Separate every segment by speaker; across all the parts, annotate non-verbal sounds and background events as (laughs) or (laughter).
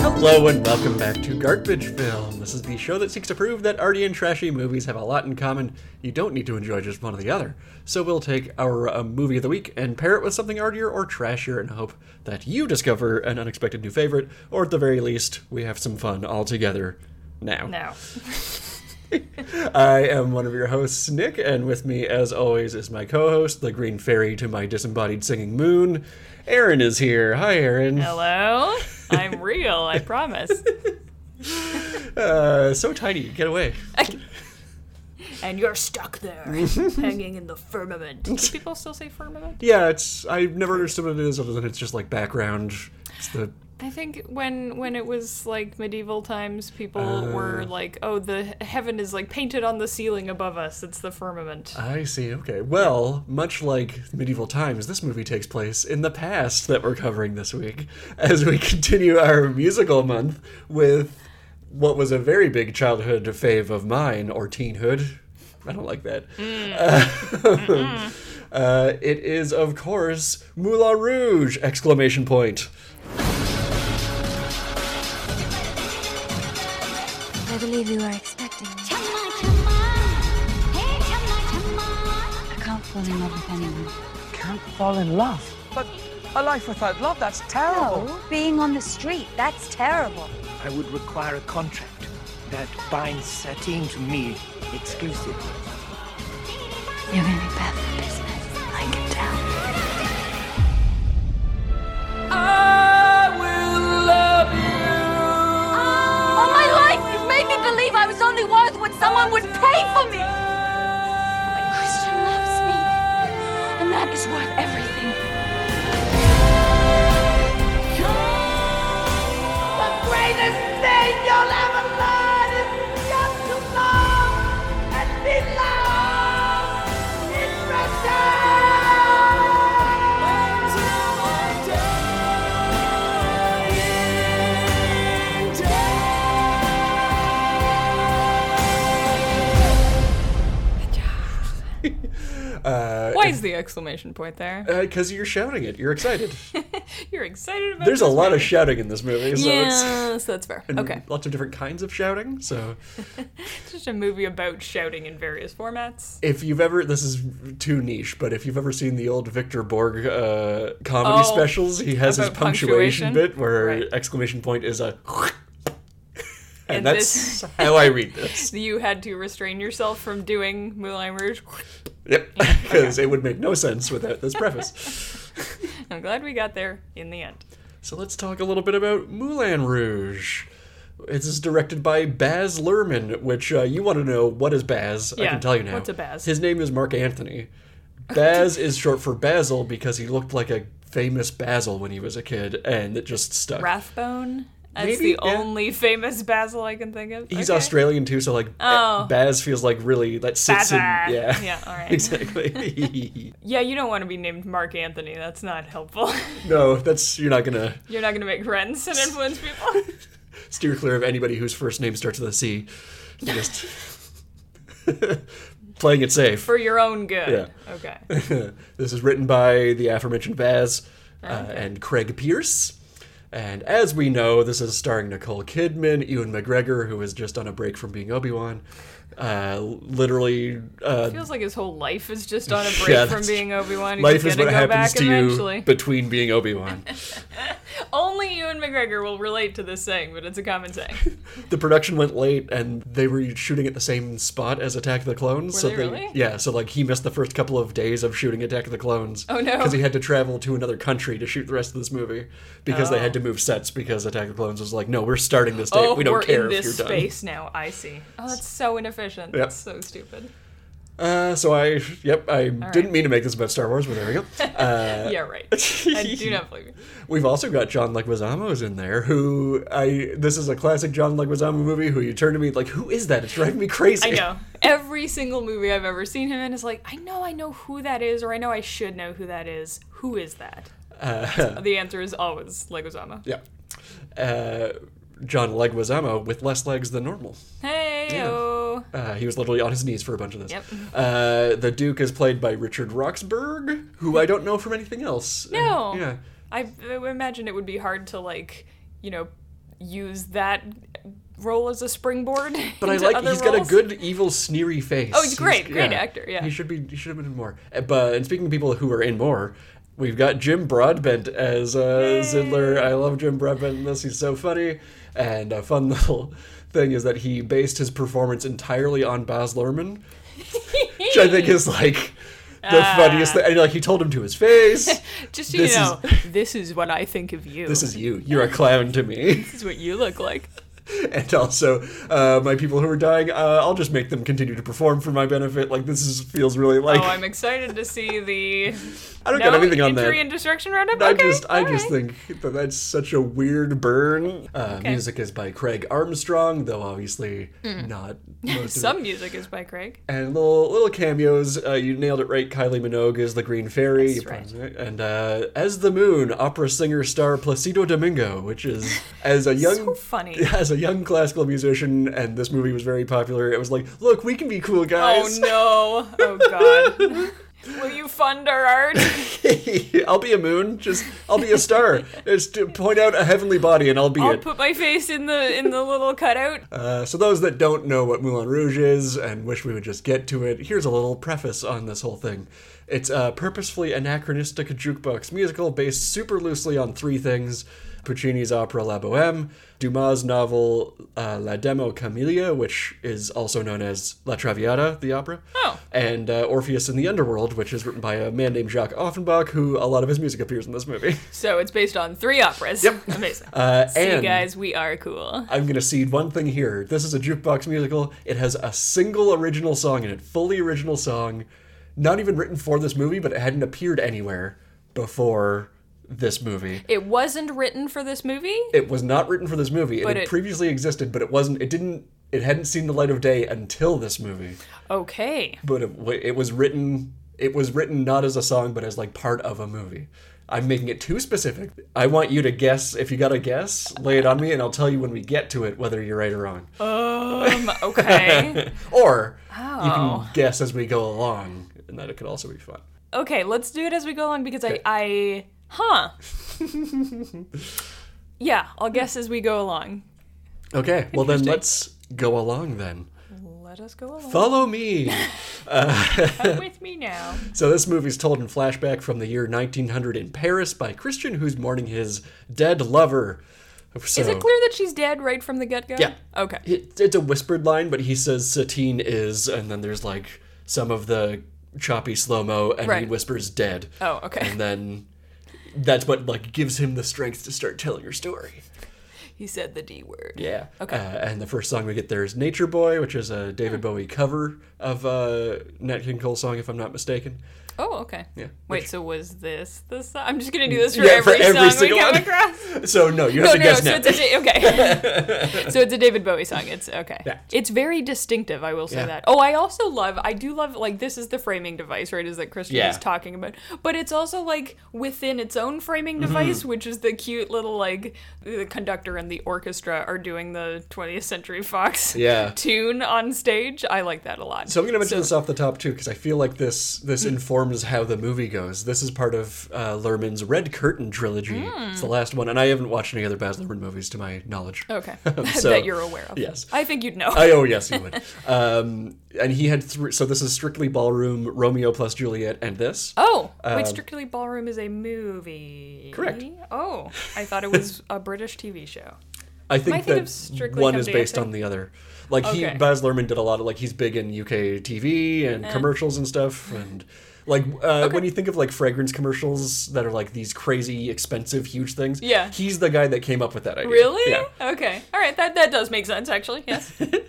Speaker 1: Hello and welcome back to Garbage Film. This is the show that seeks to prove that arty and trashy movies have a lot in common. You don't need to enjoy just one or the other. So we'll take our uh, movie of the week and pair it with something artier or trashier and hope that you discover an unexpected new favorite, or at the very least, we have some fun all together now.
Speaker 2: No.
Speaker 1: I am one of your hosts, Nick, and with me, as always, is my co host, the green fairy to my disembodied singing moon. Aaron is here. Hi, Aaron.
Speaker 2: Hello? I'm real, I promise.
Speaker 1: (laughs) Uh, so tiny. Get away.
Speaker 2: and you're stuck there, hanging in the firmament. Do people still say firmament?
Speaker 1: Yeah, it's I've never understood what it is other than it's just like background. It's the
Speaker 2: I think when when it was like medieval times, people
Speaker 1: Uh.
Speaker 2: were like, "Oh, the heaven is like painted on the ceiling above us. It's the firmament."
Speaker 1: I see. Okay. Well, much like medieval times, this movie takes place in the past that we're covering this week (laughs) as we continue our musical month with what was a very big childhood fave of mine or teenhood. I don't like that. Uh, (laughs) uh, it is, of course, Moulin Rouge! Exclamation point.
Speaker 3: I believe you were expecting me.
Speaker 4: Come on, come on. Hey, come on, come on.
Speaker 3: I can't fall in love with anyone.
Speaker 5: can't fall in love. But a life without love, that's terrible.
Speaker 3: Oh, Being on the street, that's terrible.
Speaker 6: I would require a contract that binds Satine to me exclusively.
Speaker 3: You're gonna be bad for business. I can tell.
Speaker 4: All my life, you've made me believe I was only worth what someone would pay for me. But Christian loves me, and that is worth everything. The greatest thing you'll ever learn is just to love and be loved in return.
Speaker 1: Uh,
Speaker 2: Why is the exclamation point there?
Speaker 1: Because uh, you're shouting it. You're excited.
Speaker 2: You're excited about.
Speaker 1: There's a
Speaker 2: this
Speaker 1: lot of
Speaker 2: movie.
Speaker 1: shouting in this movie, so it's.
Speaker 2: Yes, that's fair. Okay,
Speaker 1: Lots of different kinds of shouting. So
Speaker 2: it's just a movie about shouting in various formats.
Speaker 1: if you've ever, this is too niche, but if you've ever seen the old Victor Borg uh, comedy
Speaker 2: Oh,
Speaker 1: specials, he has his
Speaker 2: about
Speaker 1: punctuation,
Speaker 2: punctuation?
Speaker 1: bit where
Speaker 2: Right.
Speaker 1: exclamation point is a. (laughs) And,
Speaker 2: And
Speaker 1: that's
Speaker 2: this-
Speaker 1: how I read
Speaker 2: (laughs)
Speaker 1: this.
Speaker 2: You had to restrain yourself from doing Moulin Rouge.
Speaker 1: Yep, (laughs) because it would make no sense without this preface.
Speaker 2: I'm glad we got there in the end.
Speaker 1: so let's talk a little bit about Moulin Rouge. This is directed by Baz Luhrmann, which uh, you want to know what is Baz? I
Speaker 2: Yeah,
Speaker 1: can tell you now.
Speaker 2: what's a Baz?
Speaker 1: His name is Mark Anthony.
Speaker 2: (laughs)
Speaker 1: Baz is short for Basil because he looked like a famous Basil when he was a kid, and it just stuck.
Speaker 2: Rathbone. That's
Speaker 1: Maybe,
Speaker 2: the
Speaker 1: yeah.
Speaker 2: only famous Basil I can think of.
Speaker 1: He's
Speaker 2: Okay.
Speaker 1: Australian too, so like
Speaker 2: Oh.
Speaker 1: Baz feels like really that sits
Speaker 2: Baza.
Speaker 1: in. Yeah,
Speaker 2: (laughs) Yeah, all
Speaker 1: (laughs)
Speaker 2: right.
Speaker 1: exactly. (laughs)
Speaker 2: Yeah, you don't want to be named Mark Anthony. That's not helpful. (laughs)
Speaker 1: no, that's you're not gonna
Speaker 2: You're not going to make friends and
Speaker 1: (laughs)
Speaker 2: influence people.
Speaker 1: steer clear of anybody whose first name starts with a C. You
Speaker 2: (laughs)
Speaker 1: Just (laughs) playing it safe.
Speaker 2: For your own good.
Speaker 1: Yeah.
Speaker 2: Okay.
Speaker 1: Uh, this is written by the aforementioned Vaz uh, and Craig Pierce. And as we know, this is starring Nicole Kidman, Ewan McGregor, who is just on a break from being Obi Wan. Uh, literally, uh,
Speaker 2: Feels like his whole life is just on a
Speaker 1: (laughs)
Speaker 2: break
Speaker 1: Yeah,
Speaker 2: from
Speaker 1: that's-
Speaker 2: being Obi Wan.
Speaker 1: life is
Speaker 2: gonna
Speaker 1: what
Speaker 2: go
Speaker 1: happens
Speaker 2: back
Speaker 1: to
Speaker 2: eventually.
Speaker 1: you between being Obi Wan.
Speaker 2: Only you and McGregor will relate to this saying, but it's a
Speaker 1: (laughs)
Speaker 2: common saying.
Speaker 1: the production went late, and they were shooting at the same spot as Attack of the Clones. so
Speaker 2: they really?
Speaker 1: yeah, so like he missed the first couple of days of shooting Attack of the Clones.
Speaker 2: Oh, no.
Speaker 1: Because he had to travel to another country to shoot the rest of this movie because they had to move sets because Attack of the Clones was like, no, we're starting this day.
Speaker 2: oh,
Speaker 1: we don't
Speaker 2: are
Speaker 1: care
Speaker 2: in
Speaker 1: if
Speaker 2: this
Speaker 1: you're
Speaker 2: space now. I see. Oh, that's so inefficient. That's so stupid.
Speaker 1: done. Uh, so I, yep, I didn't mean to make this about Star Wars, but there we
Speaker 2: (laughs)
Speaker 1: go. (laughs)
Speaker 2: yeah, right. I do not believe you.
Speaker 1: We've also got John Leguizamo's in there, who I. This is a classic John Leguizamo movie. Who you turn to me like, who is that? It's driving me crazy.
Speaker 2: I know. (laughs) Every single movie I've ever seen him in is like, I know I know who that is, or I know I should know who that is. Who is that?
Speaker 1: Uh,
Speaker 2: So the answer is always Leguizamo.
Speaker 1: Yeah. Uh, John Leguizamo with less legs than normal.
Speaker 2: Hey, oh.
Speaker 1: Uh, he was literally on his knees for a bunch of this.
Speaker 2: Yep.
Speaker 1: Uh, the Duke is played by Richard Roxburgh, who I don't know from anything else.
Speaker 2: No.
Speaker 1: Uh, yeah.
Speaker 2: I, I imagine it would be hard to, like, you know, use that role as a springboard. (laughs)
Speaker 1: But I
Speaker 2: into
Speaker 1: like
Speaker 2: other
Speaker 1: he's got a
Speaker 2: roles.
Speaker 1: good evil sneery face.
Speaker 2: Oh, he's great, great actor, yeah.
Speaker 1: he should be. He should have been in more. Uh, But and speaking of people who are in more, we've got Jim Broadbent as uh, Zidler. I love Jim Broadbent in this. He's so funny. And a fun (laughs) little thing is that he based his performance entirely on Baz Luhrmann, which I think is like.
Speaker 2: (laughs)
Speaker 1: The
Speaker 2: Ah.
Speaker 1: funniest thing, and like he told him to his face.
Speaker 2: Just
Speaker 1: this
Speaker 2: so you
Speaker 1: is-
Speaker 2: know,
Speaker 1: (laughs)
Speaker 2: this is what I think of you.
Speaker 1: this is you. You're a clown to me.
Speaker 2: This is what you look like.
Speaker 1: and also uh, my people who are dying. Uh, I'll just make them continue to perform for my benefit. Like this is, feels really (laughs) like
Speaker 2: Oh, I'm excited to see the
Speaker 1: I don't
Speaker 2: no,
Speaker 1: got anything on
Speaker 2: injury
Speaker 1: that.
Speaker 2: and destruction roundup.
Speaker 1: I
Speaker 2: okay,
Speaker 1: just, I
Speaker 2: all
Speaker 1: just
Speaker 2: right.
Speaker 1: think that that's such a weird burn. Uh, Music is by Craig Armstrong, though obviously
Speaker 2: Hmm. (laughs)
Speaker 1: not most of
Speaker 2: some
Speaker 1: it.
Speaker 2: music is by Craig.
Speaker 1: And little little cameos. Uh, you nailed it right. Kylie Minogue is the Green Fairy, you
Speaker 2: right.
Speaker 1: probably- and uh, as the Moon, opera singer star Placido Domingo, which is
Speaker 2: (laughs)
Speaker 1: as a young
Speaker 2: So funny.
Speaker 1: (laughs) as a young classical musician, and this movie was very popular. It was like, look, we can be cool
Speaker 2: Oh (laughs)
Speaker 1: guys.
Speaker 2: no! Oh god! (laughs) Will you fund our art?
Speaker 1: (laughs) (laughs) I'll be a moon. Just I'll be a
Speaker 2: (laughs)
Speaker 1: star. just to point out a heavenly body, and I'll be
Speaker 2: I'll
Speaker 1: it.
Speaker 2: put my face in the in the little cutout.
Speaker 1: Uh, so those that don't know what Moulin Rouge is and wish we would just get to it, here's a little preface on this whole thing. It's a purposefully anachronistic jukebox musical based super loosely on three things: Puccini's opera La Bohème, Dumas' novel uh, La Demo Camellia, which is also known as La Traviata, the opera,
Speaker 2: Oh.
Speaker 1: and uh, Orpheus in the Underworld, which is written by a man named Jacques Offenbach, who a lot of his music appears in this movie. (laughs)
Speaker 2: So it's based on three operas. Yep. Amazing.
Speaker 1: Uh,
Speaker 2: See,
Speaker 1: and-
Speaker 2: guys, we are cool.
Speaker 1: I'm gonna seed one thing here. This is a jukebox musical. It has a single original song in it, fully original song, not even written for this movie, but it hadn't appeared anywhere before this movie.
Speaker 2: It wasn't written for this movie.
Speaker 1: It was not written for this movie. It
Speaker 2: But
Speaker 1: had
Speaker 2: it-
Speaker 1: previously existed, but it wasn't. It didn't. It hadn't seen the light of day until this movie. (laughs)
Speaker 2: Okay.
Speaker 1: But it, wa- it was written. It was written not as a song, but as like part of a movie. I'm making it too specific. I want you to guess. If you got a guess, lay it on me, and I'll tell you when we get to it whether you're right or wrong.
Speaker 2: Um.
Speaker 1: (laughs)
Speaker 2: Okay.
Speaker 1: Or you can
Speaker 2: Oh.
Speaker 1: guess as we go along, and that it could also be fun.
Speaker 2: okay. Let's do it as we go along because I. I. Huh.
Speaker 1: (laughs)
Speaker 2: yeah. I'll guess as we go along.
Speaker 1: Okay, well then let's go along then.
Speaker 2: Let us go along.
Speaker 1: Follow
Speaker 2: (laughs)
Speaker 1: me. (laughs)
Speaker 2: Come with me now.
Speaker 1: so this movie's told in flashback from the year 1900 in Paris by Christian, who's mourning his dead lover. So,
Speaker 2: Is it clear that she's dead right from the get go?
Speaker 1: Yeah.
Speaker 2: Okay.
Speaker 1: It, it's a whispered line, but he says Satine is, and then there's like some of the choppy slow mo, and he
Speaker 2: Right.
Speaker 1: whispers dead.
Speaker 2: Oh, okay.
Speaker 1: And then that's what like gives him the strength to start telling her story.
Speaker 2: He said the D word.
Speaker 1: Yeah.
Speaker 2: Okay. Hmm.
Speaker 1: Uh, and the first song we get there is Nature Boy, which is a David Bowie cover of a Nat King Cole song, if I'm not mistaken.
Speaker 2: Oh, okay.
Speaker 1: Yeah.
Speaker 2: Wait, so was this the song? I'm just gonna do this for
Speaker 1: Yeah, for
Speaker 2: every,
Speaker 1: every
Speaker 2: song we
Speaker 1: single
Speaker 2: come
Speaker 1: one. (laughs)
Speaker 2: across.
Speaker 1: So, no, you
Speaker 2: No,
Speaker 1: have to
Speaker 2: no, no.
Speaker 1: guess
Speaker 2: So
Speaker 1: now.
Speaker 2: it's a da-
Speaker 1: (laughs)
Speaker 2: okay. so it's a David Bowie song. It's okay. It's very distinctive. I will say
Speaker 1: Yeah.
Speaker 2: that. Oh, I also love. I do love. Like this is the framing device, right? Is that Christian
Speaker 1: Yeah.
Speaker 2: is talking about? But it's also like within its own framing
Speaker 1: Mm-hmm.
Speaker 2: device, which is the cute little like the conductor and the orchestra are doing the 20th Century Fox (laughs)
Speaker 1: Yeah.
Speaker 2: tune on stage. I like that a lot.
Speaker 1: So I'm going to mention this off the top too, because I feel like this this
Speaker 2: Hmm.
Speaker 1: informs how the movie goes. This is part of uh, Lerman's Red Curtain trilogy. It's the
Speaker 2: Hmm.
Speaker 1: last one, and I haven't watched any other Baz Luhrmann movies to my knowledge.
Speaker 2: okay,
Speaker 1: (laughs)
Speaker 2: (laughs)
Speaker 1: So-
Speaker 2: that you're aware of.
Speaker 1: yes.
Speaker 2: I think you'd know.
Speaker 1: I, oh yes, he would. um, and he had three. So this is strictly ballroom Romeo plus Juliet, and this.
Speaker 2: Oh, wait, Strictly Ballroom is a movie.
Speaker 1: Um, Correct.
Speaker 2: Oh, I thought it was a British TV show.
Speaker 1: I
Speaker 2: I
Speaker 1: think
Speaker 2: think
Speaker 1: that
Speaker 2: of Strictly
Speaker 1: one
Speaker 2: Come
Speaker 1: is based
Speaker 2: Dancing?
Speaker 1: on the other. Like he
Speaker 2: Okay. Uh-huh.
Speaker 1: Baz Luhrmann did a lot of like he's big in UK TV and commercials and stuff and like uh, when you think of like fragrance commercials that are like these crazy expensive huge things.
Speaker 2: Yeah.
Speaker 1: he's the guy that came up with that idea.
Speaker 2: Really?
Speaker 1: (laughs) Yeah.
Speaker 2: Okay. All right, that, that does make sense, actually. Yes.
Speaker 1: (laughs)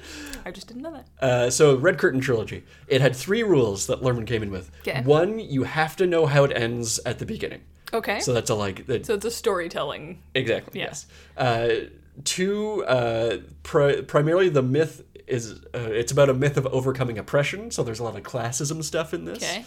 Speaker 2: I just didn't know that.
Speaker 1: Uh, so Red Curtain trilogy. It had three rules that Luhrmann came in with.
Speaker 2: 'Kay.
Speaker 1: One, you have to know how it ends at the beginning.
Speaker 2: Okay.
Speaker 1: So
Speaker 2: So,
Speaker 1: that's a like. that-
Speaker 2: it's a storytelling.
Speaker 1: Exactly.
Speaker 2: Yeah.
Speaker 1: Yes. Uh, two, uh, pri- primarily the myth is uh, it's about a myth of overcoming oppression. So there's a lot of classism stuff in this.
Speaker 2: Okay.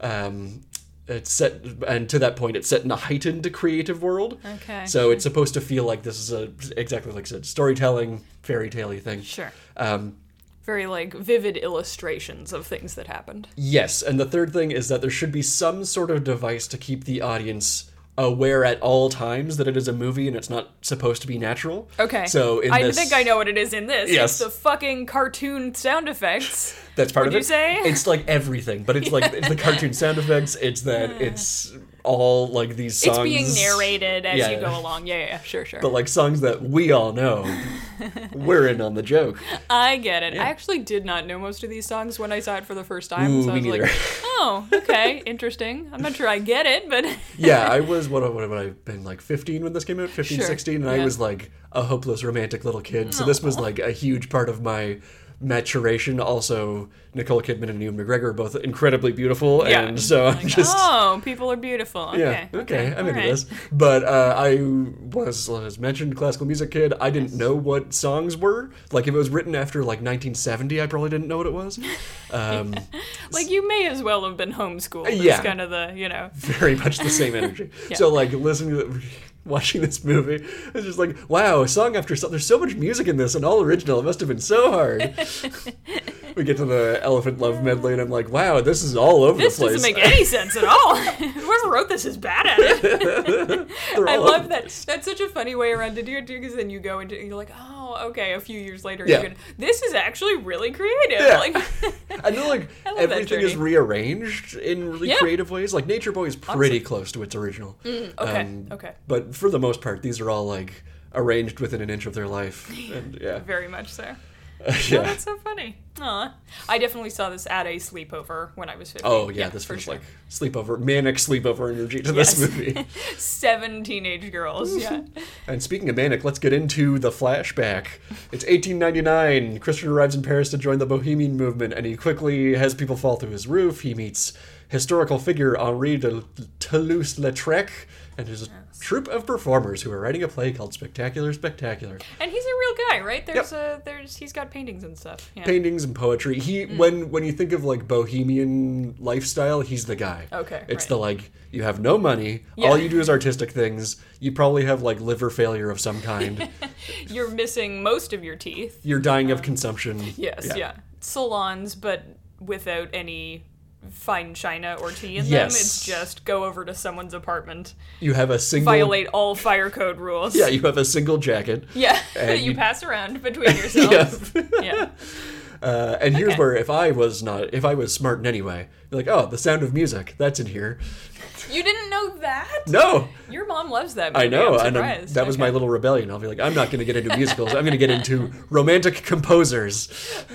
Speaker 1: Um, it's set, and to that point, it's set in a heightened creative world.
Speaker 2: Okay.
Speaker 1: So it's supposed to feel like this is a exactly like I said, storytelling, fairy tale thing.
Speaker 2: Sure.
Speaker 1: Um,
Speaker 2: Very like vivid illustrations of things that happened.
Speaker 1: yes, and the third thing is that there should be some sort of device to keep the audience aware at all times that it is a movie and it's not supposed to be natural.
Speaker 2: Okay.
Speaker 1: So in
Speaker 2: I
Speaker 1: this,
Speaker 2: think I know what it is in this.
Speaker 1: Yes.
Speaker 2: It's the fucking cartoon
Speaker 1: (laughs)
Speaker 2: sound effects.
Speaker 1: That's part of
Speaker 2: Would
Speaker 1: it.
Speaker 2: you say? (laughs)
Speaker 1: It's like everything, but it's like it's the cartoon sound effects. It's that it's all like these songs.
Speaker 2: it's being narrated as you
Speaker 1: Yeah.
Speaker 2: go along. Yeah, yeah, yeah. sure, sure.
Speaker 1: but like songs that we all
Speaker 2: (laughs)
Speaker 1: know. We're in on the joke.
Speaker 2: I get it. I actually did not know most of these songs when I saw it for the first time.
Speaker 1: Ooh,
Speaker 2: so I
Speaker 1: me
Speaker 2: was like,
Speaker 1: neither.
Speaker 2: oh, okay, (laughs) interesting. I'm not sure I get it, but (laughs)
Speaker 1: Yeah, I was what what would I have been like 15 when this came out, 15,
Speaker 2: Sure,
Speaker 1: 16, and
Speaker 2: yeah.
Speaker 1: I was like a hopeless romantic little kid. So this was like a huge part of my maturation. Also, Nicole Kidman and Ewan McGregor are both incredibly beautiful,
Speaker 2: Yeah.
Speaker 1: and so I'm just
Speaker 2: oh, people are beautiful. Okay.
Speaker 1: Yeah. Okay. I'm
Speaker 2: all
Speaker 1: into
Speaker 2: right. (laughs)
Speaker 1: this. But uh, I was, as mentioned, classical music kid. I didn't know what songs were. Like, if it was written after like 1970, I probably didn't know what it
Speaker 2: (laughs)
Speaker 1: was. Um,
Speaker 2: Like you may as well have been homeschooled. It's
Speaker 1: Yeah.
Speaker 2: kind of the you know.
Speaker 1: very much the same
Speaker 2: (laughs)
Speaker 1: energy. So, like, listening to watching this movie, it's just like, wow, song after song. There's so much music in this, and all original. It must have been so
Speaker 2: (laughs)
Speaker 1: hard. we get to the Elephant Love medley, and I'm like, wow, this is all over
Speaker 2: This
Speaker 1: the place.
Speaker 2: doesn't make any sense
Speaker 1: (laughs)
Speaker 2: at all. (laughs) Whoever wrote this is bad at it.
Speaker 1: They're
Speaker 2: I
Speaker 1: all
Speaker 2: love
Speaker 1: over
Speaker 2: that. That's such a funny way around to do it too, because then you go into you're like, oh, okay. A few years later,
Speaker 1: Yeah.
Speaker 2: you're gonna, this is actually really creative.
Speaker 1: Yeah. (laughs)
Speaker 2: Like, (laughs)
Speaker 1: And then, like,
Speaker 2: I love that
Speaker 1: everything is
Speaker 2: journey.
Speaker 1: rearranged in really
Speaker 2: Yeah. Mm,
Speaker 1: creative ways. Like, Nature Boy is pretty close to its original. Um,
Speaker 2: okay, okay.
Speaker 1: But for the most part, these are all, like, arranged within an inch of their
Speaker 2: (laughs)
Speaker 1: life. And, yeah.
Speaker 2: very much so. Oh,
Speaker 1: (laughs) yeah.
Speaker 2: that's so funny. Aw. I definitely saw this at a sleepover when I was 15.
Speaker 1: Oh, yeah, this
Speaker 2: for
Speaker 1: feels
Speaker 2: sure.
Speaker 1: like sleepover, manic sleepover energy to
Speaker 2: Yes.
Speaker 1: this
Speaker 2: (laughs)
Speaker 1: movie.
Speaker 2: seven teenage girls. Yeah.
Speaker 1: (laughs) and speaking of manic, let's get into the flashback. It's 1899. Christian arrives in Paris to join the Bohemian movement, and he quickly has people fall through his roof. He meets historical figure Henri de Toulouse-Lautrec and his troupe of performers who are writing a play called Spectacular Spectacular.
Speaker 2: And he's a real guy, right? There's a there's he's got paintings and stuff. Yeah. Mm.
Speaker 1: paintings and poetry. He when when you think of like bohemian lifestyle, he's the guy.
Speaker 2: Okay,
Speaker 1: It's
Speaker 2: right.
Speaker 1: the like you have no money,
Speaker 2: Yeah.
Speaker 1: all you do is artistic things. You probably have like liver failure of some
Speaker 2: (laughs)
Speaker 1: kind.
Speaker 2: You're missing most of your teeth.
Speaker 1: You're dying of consumption.
Speaker 2: Yes, yeah. Salons, but without any fine china or tea in them.
Speaker 1: Yes.
Speaker 2: It's just go over to someone's apartment,
Speaker 1: You have a single
Speaker 2: violate all fire code rules.
Speaker 1: Yeah, you have a single jacket.
Speaker 2: (laughs) Yeah, that
Speaker 1: And
Speaker 2: (laughs) you
Speaker 1: you-
Speaker 2: pass around between yourselves.
Speaker 1: (laughs) Yeah.
Speaker 2: (laughs) yeah.
Speaker 1: (laughs) Uh, and here's
Speaker 2: Okay.
Speaker 1: where if I was not if I was smart in any way, you're like, "Oh, the sound of music, that's in here."
Speaker 2: You didn't know that?
Speaker 1: No.
Speaker 2: Your mom loves that movie.
Speaker 1: I know,
Speaker 2: I'm
Speaker 1: and I'm-
Speaker 2: surprised.
Speaker 1: that was my
Speaker 2: Okay.
Speaker 1: little rebellion. I'll be like, I'm not going to get into musicals. I'm going to get
Speaker 2: (laughs)
Speaker 1: into romantic composers.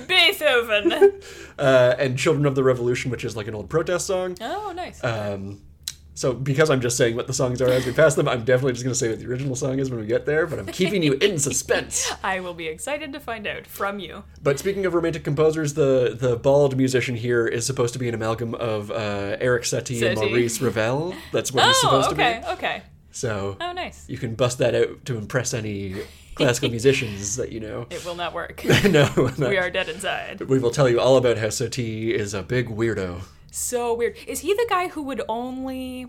Speaker 1: (laughs)
Speaker 2: Beethoven.
Speaker 1: uh, and Children of the Revolution, which is like an old protest song.
Speaker 2: oh, nice.
Speaker 1: Um, so because I'm just saying what the songs are as we pass them, I'm definitely just going to say what the original song is when we get there, but I'm keeping you in
Speaker 2: (laughs)
Speaker 1: suspense.
Speaker 2: I will be excited to find out from you.
Speaker 1: But speaking of romantic composers, the the bald musician here is supposed to be an amalgam of uh, Eric Satie, and
Speaker 2: Satie.
Speaker 1: Maurice Ravel. That's what he's
Speaker 2: Oh,
Speaker 1: supposed
Speaker 2: okay,
Speaker 1: to be.
Speaker 2: okay.
Speaker 1: So
Speaker 2: Oh, nice.
Speaker 1: you can bust that out to impress any classical
Speaker 2: (laughs)
Speaker 1: musicians that you know. (laughs)
Speaker 2: It will not work.
Speaker 1: no,
Speaker 2: we are dead
Speaker 1: (laughs)
Speaker 2: inside.
Speaker 1: We will tell you all about how Satie is a big weirdo.
Speaker 2: So weird. Is he the guy who would only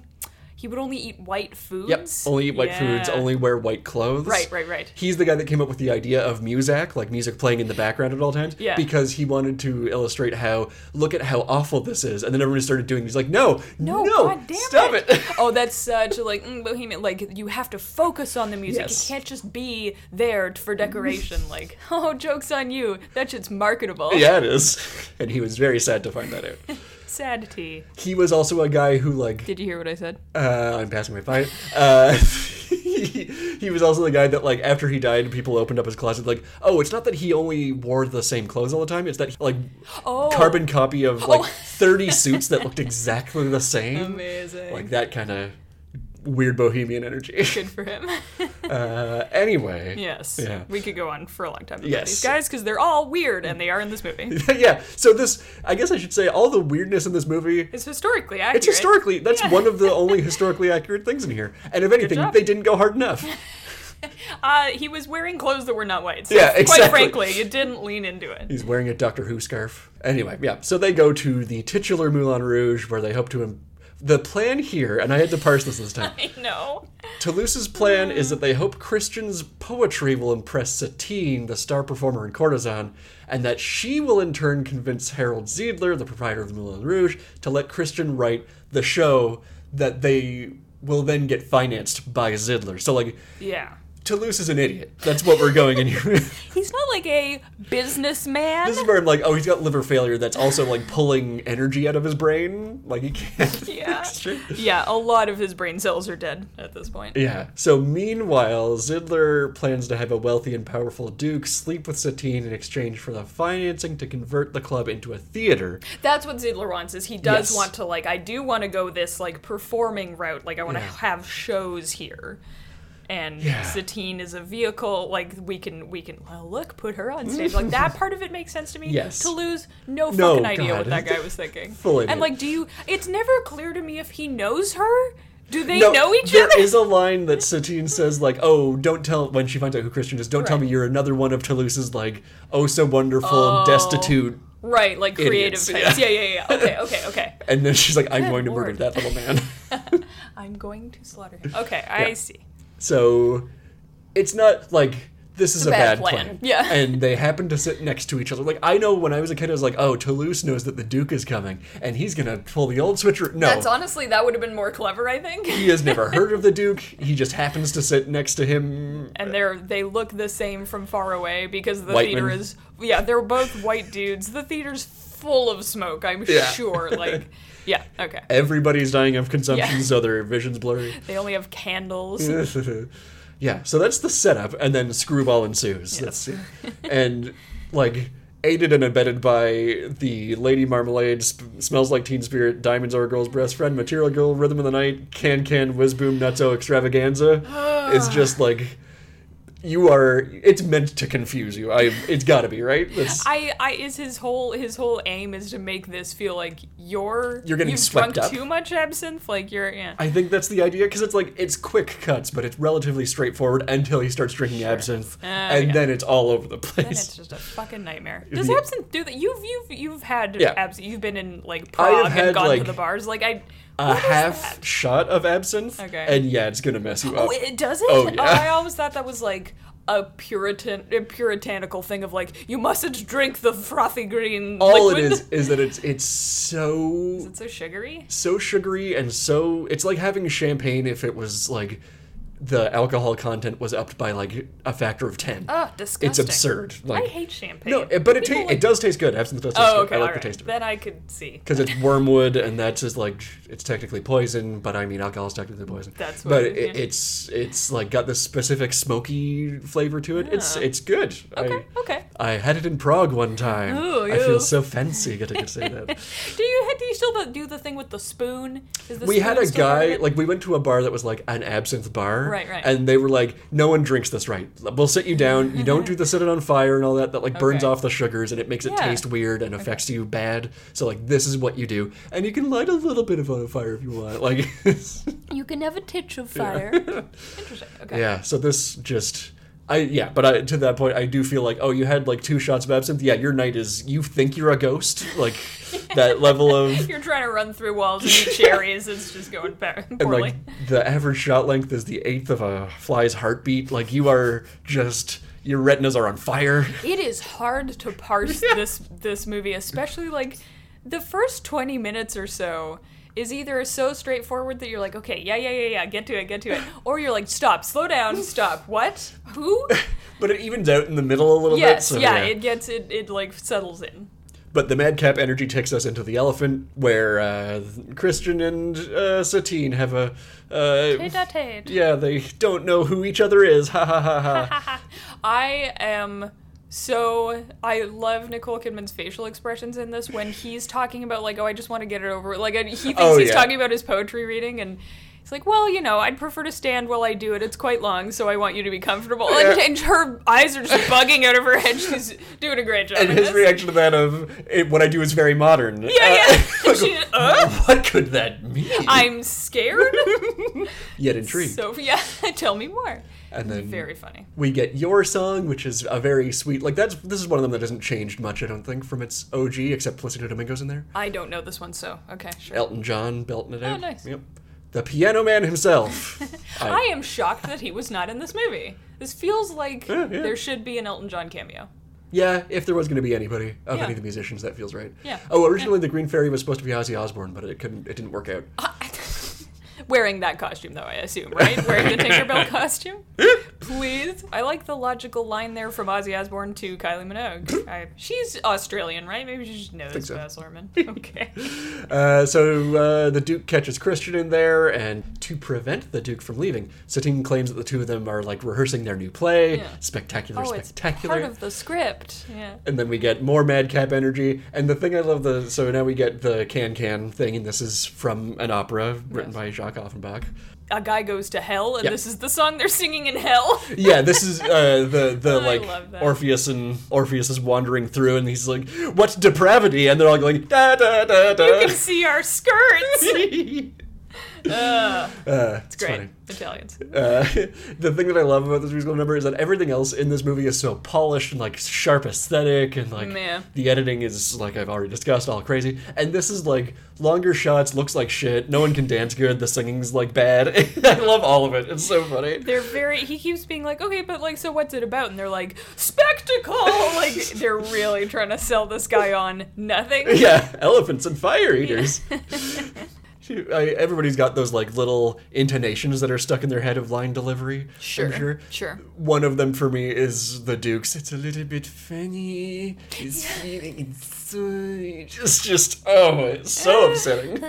Speaker 2: he would only eat white
Speaker 1: Yep.
Speaker 2: foods?
Speaker 1: Only eat white foods,
Speaker 2: Yeah.
Speaker 1: only wear white clothes.
Speaker 2: Right, right, right.
Speaker 1: He's the guy that came up with the idea of Muzak, like music playing in the background at all times.
Speaker 2: Yeah.
Speaker 1: Because he wanted to illustrate how, look at how awful this is. And then everyone started doing it. He's like, no, no,
Speaker 2: No, God damn
Speaker 1: stop it. (laughs)
Speaker 2: oh, that's such a like mm, bohemian. Like you have to focus on the music.
Speaker 1: Yes.
Speaker 2: It can't just be there
Speaker 1: (laughs)
Speaker 2: for decoration. like, (laughs) oh, jokes on you. That shit's marketable.
Speaker 1: yeah, it is. And he was very sad to find that out.
Speaker 2: Sad tea.
Speaker 1: He was also a guy who, like,
Speaker 2: Did you hear what I said?
Speaker 1: uh, I'm passing my fight. Uh, (laughs) he, he was also the guy that, like, after he died, people opened up his closet, like, oh, it's not that he only wore the same clothes all the time. It's that, like, carbon copy of, like,
Speaker 2: Oh. (laughs)
Speaker 1: 30 suits that looked exactly the same.
Speaker 2: Amazing.
Speaker 1: Like, that kind of weird bohemian energy.
Speaker 2: (laughs) Good for him.
Speaker 1: (laughs)
Speaker 2: (laughs)
Speaker 1: Uh, anyway.
Speaker 2: yes.
Speaker 1: Yeah.
Speaker 2: We could go on for a long time about
Speaker 1: Yes.
Speaker 2: these guys because they're all weird and they are in this
Speaker 1: (laughs)
Speaker 2: movie.
Speaker 1: (laughs) yeah. So, this, I guess I should say, all the weirdness in this movie
Speaker 2: It's historically accurate.
Speaker 1: It's historically that's one of
Speaker 2: (laughs)
Speaker 1: the only historically accurate things in here. And if anything,
Speaker 2: job.
Speaker 1: they didn't go hard enough. (laughs)
Speaker 2: Uh, he was wearing clothes that were not white. So
Speaker 1: Yeah,
Speaker 2: Quite
Speaker 1: exactly.
Speaker 2: frankly, you didn't lean into it.
Speaker 1: He's wearing a Doctor Who scarf. Anyway, yeah. So they go to the titular Moulin Rouge where they hope to. Im- the plan here, and I had to parse this this time.
Speaker 2: I know.
Speaker 1: Toulouse's plan is that they hope Christian's poetry will impress Satine, the star performer and courtesan, and that she will in turn convince Harold Ziedler, the proprietor of the Moulin Rouge, to let Christian write the show that they will then get financed by Zidler. So like
Speaker 2: Yeah.
Speaker 1: Toulouse is an idiot. That's what we're going in here. with. (laughs)
Speaker 2: He's not like a businessman.
Speaker 1: this is where I'm like, oh, he's got liver failure. That's also like pulling energy out of his brain. Like he can't. (laughs)
Speaker 2: Yeah.
Speaker 1: Shit.
Speaker 2: yeah, a lot of his brain cells are dead at this point.
Speaker 1: Yeah. So meanwhile, Zidler plans to have a wealthy and powerful duke sleep with Satine in exchange for the financing to convert the club into a theater.
Speaker 2: That's what Ziedler wants is he does
Speaker 1: Yes.
Speaker 2: want to like I do want to go this like performing route. Like I want to
Speaker 1: Yeah.
Speaker 2: have shows here. And
Speaker 1: Yeah.
Speaker 2: Satine is a vehicle like we can we can well look put her on stage like
Speaker 1: (laughs)
Speaker 2: that part of it makes sense to me.
Speaker 1: Yes.
Speaker 2: Toulouse no
Speaker 1: No,
Speaker 2: fucking idea what
Speaker 1: God.
Speaker 2: that guy
Speaker 1: (laughs)
Speaker 2: was thinking.
Speaker 1: Full idiot.
Speaker 2: and like do you? It's never clear to me if he knows her. Do they
Speaker 1: No,
Speaker 2: know each
Speaker 1: there
Speaker 2: other?
Speaker 1: is a line that Satine says, like, "Oh, don't tell." When she finds out who Christian is, don't tell
Speaker 2: Right.
Speaker 1: me you're another one of Toulouse's like, oh, so wonderful, destitute.
Speaker 2: right, like creative
Speaker 1: Idiots,
Speaker 2: types. Yeah. yeah, yeah, yeah. Okay, okay, okay.
Speaker 1: And then she's like, "I'm
Speaker 2: Good
Speaker 1: going to murder
Speaker 2: lord.
Speaker 1: that little
Speaker 2: (laughs)
Speaker 1: man."
Speaker 2: I'm going to slaughter him. Okay, I
Speaker 1: Yeah.
Speaker 2: see.
Speaker 1: so it's not like this is a,
Speaker 2: bad
Speaker 1: bad,
Speaker 2: plan.
Speaker 1: plan.
Speaker 2: Yeah.
Speaker 1: and they happen to sit next to each other. Like I know when I was a kid, I was like, "Oh, Toulouse knows that the Duke is coming, and he's gonna pull the old switcher." No,
Speaker 2: That's honestly that would have been more clever, I think.
Speaker 1: he has never heard of the Duke. He just happens to sit next to him.
Speaker 2: and they're they look the same from far away because the
Speaker 1: White
Speaker 2: theater
Speaker 1: men.
Speaker 2: is yeah they're both white dudes the theater's full of smoke i'm
Speaker 1: Yeah.
Speaker 2: sure
Speaker 1: (laughs)
Speaker 2: like yeah okay
Speaker 1: Everybody's dying of consumption,
Speaker 2: Yeah.
Speaker 1: so their vision's blurry.
Speaker 2: they only have candles
Speaker 1: yeah, so that's the setup, and then screwball ensues. That's, and like aided and abetted by the Lady Marmalade, sp- smells like Teen Spirit, Diamonds Are a Girl's Best Friend, Material Girl, Rhythm of the Night, Can Can, Whiz Boom, Nutso Extravaganza.
Speaker 2: Ah.
Speaker 1: it's just like you are. It's meant to confuse you. I. It's got to be right. That's,
Speaker 2: I, I is his whole his whole aim is to make this feel like you're
Speaker 1: You're getting
Speaker 2: you've
Speaker 1: swept
Speaker 2: drunk
Speaker 1: up.
Speaker 2: too much absinthe like you're yeah
Speaker 1: I think that's the idea because it's like it's quick cuts, but it's relatively straightforward until he starts drinking absinthe, and
Speaker 2: Oh, yeah.
Speaker 1: then it's all over the place.
Speaker 2: and it's just a
Speaker 1: (laughs)
Speaker 2: fucking nightmare. Does
Speaker 1: Yeah.
Speaker 2: absinthe do that? You've you've you've had
Speaker 1: Yeah.
Speaker 2: absinthe. You've been in like
Speaker 1: I have
Speaker 2: Prague and
Speaker 1: had,
Speaker 2: gone to
Speaker 1: like,
Speaker 2: the bars. Like I,
Speaker 1: a
Speaker 2: what is
Speaker 1: half
Speaker 2: that?
Speaker 1: shot of absinthe.
Speaker 2: Okay.
Speaker 1: And yeah, it's gonna mess you up.
Speaker 2: Oh, it doesn't.
Speaker 1: Oh, yeah.
Speaker 2: I always thought that was like a puritan, a puritanical thing of like you mustn't drink the frothy green.
Speaker 1: All
Speaker 2: liquid.
Speaker 1: it is is that it's it's so
Speaker 2: (laughs) It's so sugary.
Speaker 1: so sugary and so it's like having champagne if it was like the alcohol content was upped by like a factor of ten.
Speaker 2: Ugh, Oh, Ah, disgusting.
Speaker 1: it's absurd. Like
Speaker 2: I hate champagne.
Speaker 1: no, it- but it ta-
Speaker 2: People like-
Speaker 1: it does taste good. Absinthe does taste
Speaker 2: Oh, okay.
Speaker 1: good. I like
Speaker 2: all
Speaker 1: the
Speaker 2: right.
Speaker 1: taste of it
Speaker 2: Then I could see.
Speaker 1: because it's wormwood and that's just like it's technically poison. But I mean, alcohol's technically poison.
Speaker 2: That's what
Speaker 1: but
Speaker 2: it is, yeah.
Speaker 1: it's it's like got this specific smoky flavor to it. It's it's good.
Speaker 2: Oh. Okay.
Speaker 1: I,
Speaker 2: Okay.
Speaker 1: I had it in Prague one time.
Speaker 2: Ooh,
Speaker 1: I
Speaker 2: ew.
Speaker 1: feel so fancy that I could say
Speaker 2: (laughs)
Speaker 1: that.
Speaker 2: Do you do you still do the thing with the spoon? Is the
Speaker 1: we had
Speaker 2: spoon
Speaker 1: a
Speaker 2: still part of
Speaker 1: guy,
Speaker 2: it?
Speaker 1: like, we went to a bar that was like an absinthe bar.
Speaker 2: Right, right.
Speaker 1: And they were like, no one drinks this right. We'll sit you down. You don't do
Speaker 2: (laughs)
Speaker 1: the sit it on fire and all that. That like burns
Speaker 2: Okay.
Speaker 1: off the sugars and it makes it
Speaker 2: Yeah.
Speaker 1: taste weird and affects you bad. So, like, this is what you do. And you can light a little bit of it on fire if you want. (laughs) Like,
Speaker 2: you can have a titch of fire. Interesting. Okay.
Speaker 1: yeah. So, this just. I, yeah, but I, to that point, I do feel like, oh, you had like two shots of absinthe. Yeah, your night is you think you're a ghost,
Speaker 2: (laughs)
Speaker 1: like that level of
Speaker 2: You're trying to run through walls and eat cherries. It's just going bad-
Speaker 1: And
Speaker 2: poorly. (laughs)
Speaker 1: like the average shot length is the eighth of a fly's heartbeat. Like you are just your retinas are on fire. (laughs)
Speaker 2: it is hard to parse this this movie, especially like the first twenty minutes or so is either so straightforward that you're like, okay, yeah, yeah, yeah, yeah, get to it, get to it, or you're like, stop, slow down, stop, what,
Speaker 1: (laughs)
Speaker 2: who?
Speaker 1: But it evens out in the middle a little
Speaker 2: Yes,
Speaker 1: bit. So
Speaker 2: yeah, it gets it, it like settles in.
Speaker 1: But the madcap energy takes us into the elephant, where uh, Christian and uh, Satine have a. Uh, yeah, they don't know who each other is. (laughs) Ha ha ha ha.
Speaker 2: I am so I love Nicole Kidman's facial expressions in this when he's talking about like, oh, I just want to get it over. with," Like and he thinks
Speaker 1: Oh,
Speaker 2: he's
Speaker 1: yeah.
Speaker 2: talking about his poetry reading and. It's like, well, you know, I'd prefer to stand while I do it. It's quite long, so I want you to be comfortable. And,
Speaker 1: Yeah.
Speaker 2: and her eyes are just bugging out of her head. She's doing a great job.
Speaker 1: and
Speaker 2: in
Speaker 1: his
Speaker 2: this.
Speaker 1: reaction to that of it, what I do is very modern.
Speaker 2: yeah, yeah. (laughs)
Speaker 1: Uh,
Speaker 2: She- uh,
Speaker 1: (laughs) what could that mean? (laughs)
Speaker 2: I'm scared.
Speaker 1: Yet intrigued.
Speaker 2: so yeah, (laughs) tell me more.
Speaker 1: and then
Speaker 2: Very funny.
Speaker 1: we get your song which is a very sweet like that's this is one of them that hasn't changed much i don't think from its og except placido domingo's in there
Speaker 2: I don't know this one, so okay, sure.
Speaker 1: elton john belting it out
Speaker 2: Oh, nice.
Speaker 1: yep the piano man
Speaker 2: (laughs)
Speaker 1: himself
Speaker 2: I am shocked that he was not in this movie. This feels like
Speaker 1: Yeah, yeah.
Speaker 2: there should be an Elton John cameo. (laughs)
Speaker 1: yeah if there was going to be anybody of
Speaker 2: Yeah.
Speaker 1: any of the musicians that feels right
Speaker 2: Yeah. Ah.
Speaker 1: oh originally the green fairy was supposed to be ozzy osbourne but it couldn't it didn't work out
Speaker 2: Wearing that costume, though, I assume, right? Wearing
Speaker 1: (laughs)
Speaker 2: the Tinkerbell costume? Please? I like the logical line there from Ozzy Osbourne to Kylie
Speaker 1: (laughs)
Speaker 2: Minogue. I, she's Australian, right? Maybe she just knows
Speaker 1: so.
Speaker 2: Baz Luhrmann.
Speaker 1: (laughs)
Speaker 2: Okay.
Speaker 1: Uh, so uh, the Duke catches Christian in there, and to prevent the Duke from leaving, Satine claims that the two of them are like rehearsing their new play.
Speaker 2: Yeah.
Speaker 1: Spectacular,
Speaker 2: Oh, it's
Speaker 1: spectacular.
Speaker 2: part of the script. Yeah.
Speaker 1: and then we get more madcap energy and the thing i love the so now we get the can can thing and this is from an opera written by jacques offenbach
Speaker 2: A guy goes to hell, and
Speaker 1: Yeah.
Speaker 2: this is the song they're singing in hell.
Speaker 1: yeah this is uh, the the
Speaker 2: (laughs) I
Speaker 1: like
Speaker 2: love that.
Speaker 1: orpheus and orpheus is wandering through and he's like what's depravity and they're all going da da da da (laughs)
Speaker 2: (laughs) You can see our skirts. (laughs)
Speaker 1: Uh, it's
Speaker 2: Great.
Speaker 1: funny.
Speaker 2: Italians.
Speaker 1: Uh, (laughs) the thing that I love about this musical number is that everything else in this movie is so polished and like sharp aesthetic, and like
Speaker 2: Meh.
Speaker 1: the editing is like I've already discussed, all crazy. And this is like longer shots, looks like shit. No one can dance good. The singing's like bad. (laughs) I love all of it. It's so funny.
Speaker 2: They're very. He keeps being like, okay, but like, so what's it about? And they're like, spectacle. Like, they're really trying to sell this guy on nothing.
Speaker 1: (laughs)
Speaker 2: (laughs)
Speaker 1: Yeah, elephants and fire eaters. (laughs) I, everybody's got those like little intonations that are stuck in their head of line delivery. I'm
Speaker 2: Sure,
Speaker 1: sure.
Speaker 2: sure.
Speaker 1: One of them for me is the Duke's. It's a little bit funny. It's feeling inside. It's just oh, it's so
Speaker 2: (laughs)
Speaker 1: upsetting.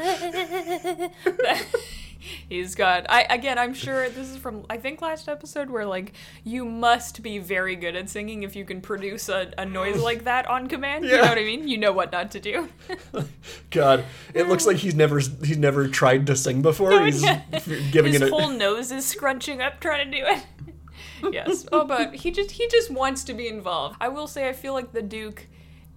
Speaker 2: He's got. I again, I'm sure this is from I think last episode where like you must be very good at singing if you can produce a, a noise like that on command. You
Speaker 1: Yeah.
Speaker 2: know what I mean? You know what not to do. (laughs)
Speaker 1: God, it looks like he's never he's never tried to sing before. he's
Speaker 2: yeah.
Speaker 1: f- giving
Speaker 2: His
Speaker 1: it a
Speaker 2: whole nose is scrunching up trying to do it. (laughs) yes. Oh, but he just he just wants to be involved. I will say I feel like the Duke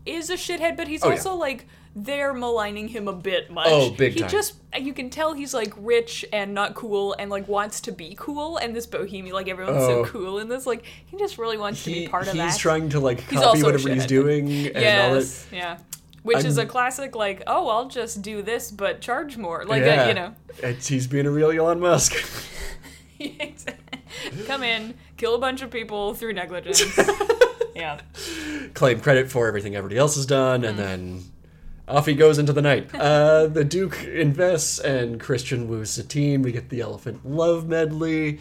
Speaker 2: is a shithead, but he's
Speaker 1: Oh, yeah.
Speaker 2: also like they're maligning him a bit much.
Speaker 1: Oh, big
Speaker 2: he
Speaker 1: time.
Speaker 2: just you can tell he's like rich and not cool and like wants to be cool and this bohemian like everyone's
Speaker 1: Oh.
Speaker 2: so cool in this like he just really wants to
Speaker 1: he,
Speaker 2: be part of
Speaker 1: he's
Speaker 2: that.
Speaker 1: trying to like copy
Speaker 2: also a
Speaker 1: whatever he's
Speaker 2: shithead.
Speaker 1: doing and all that.
Speaker 2: yes. Yeah. Which is a
Speaker 1: I'm-
Speaker 2: classic like, oh, I'll just do this but charge more. Like uh, you know.
Speaker 1: It's- he's being a real Elon Musk.
Speaker 2: Come in, kill a bunch of people through (laughs) negligence. yeah.
Speaker 1: claim credit for everything everybody else has done, and then off he goes into the night. Uh, the Duke invests, and Christian woos Satine. We get the elephant love medley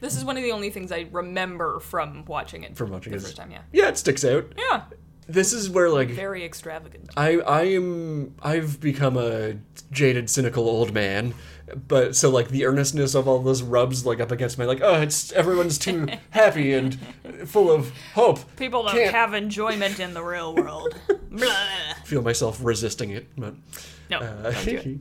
Speaker 2: This is one of the only things I remember from watching it.
Speaker 1: from watching
Speaker 2: the
Speaker 1: it.
Speaker 2: first time, yeah.
Speaker 1: Yeah, it sticks out.
Speaker 2: Yeah.
Speaker 1: This is where like
Speaker 2: Very extravagant.
Speaker 1: I I am I've become a jaded, cynical old man. But so like the earnestness of all this rubs like up against my like oh it's everyone's too happy and full of hope.
Speaker 2: People don't
Speaker 1: Can't-
Speaker 2: have enjoyment in the
Speaker 1: (laughs)
Speaker 2: real world. Blah.
Speaker 1: Feel myself resisting it, but
Speaker 2: No.
Speaker 1: uh, (laughs)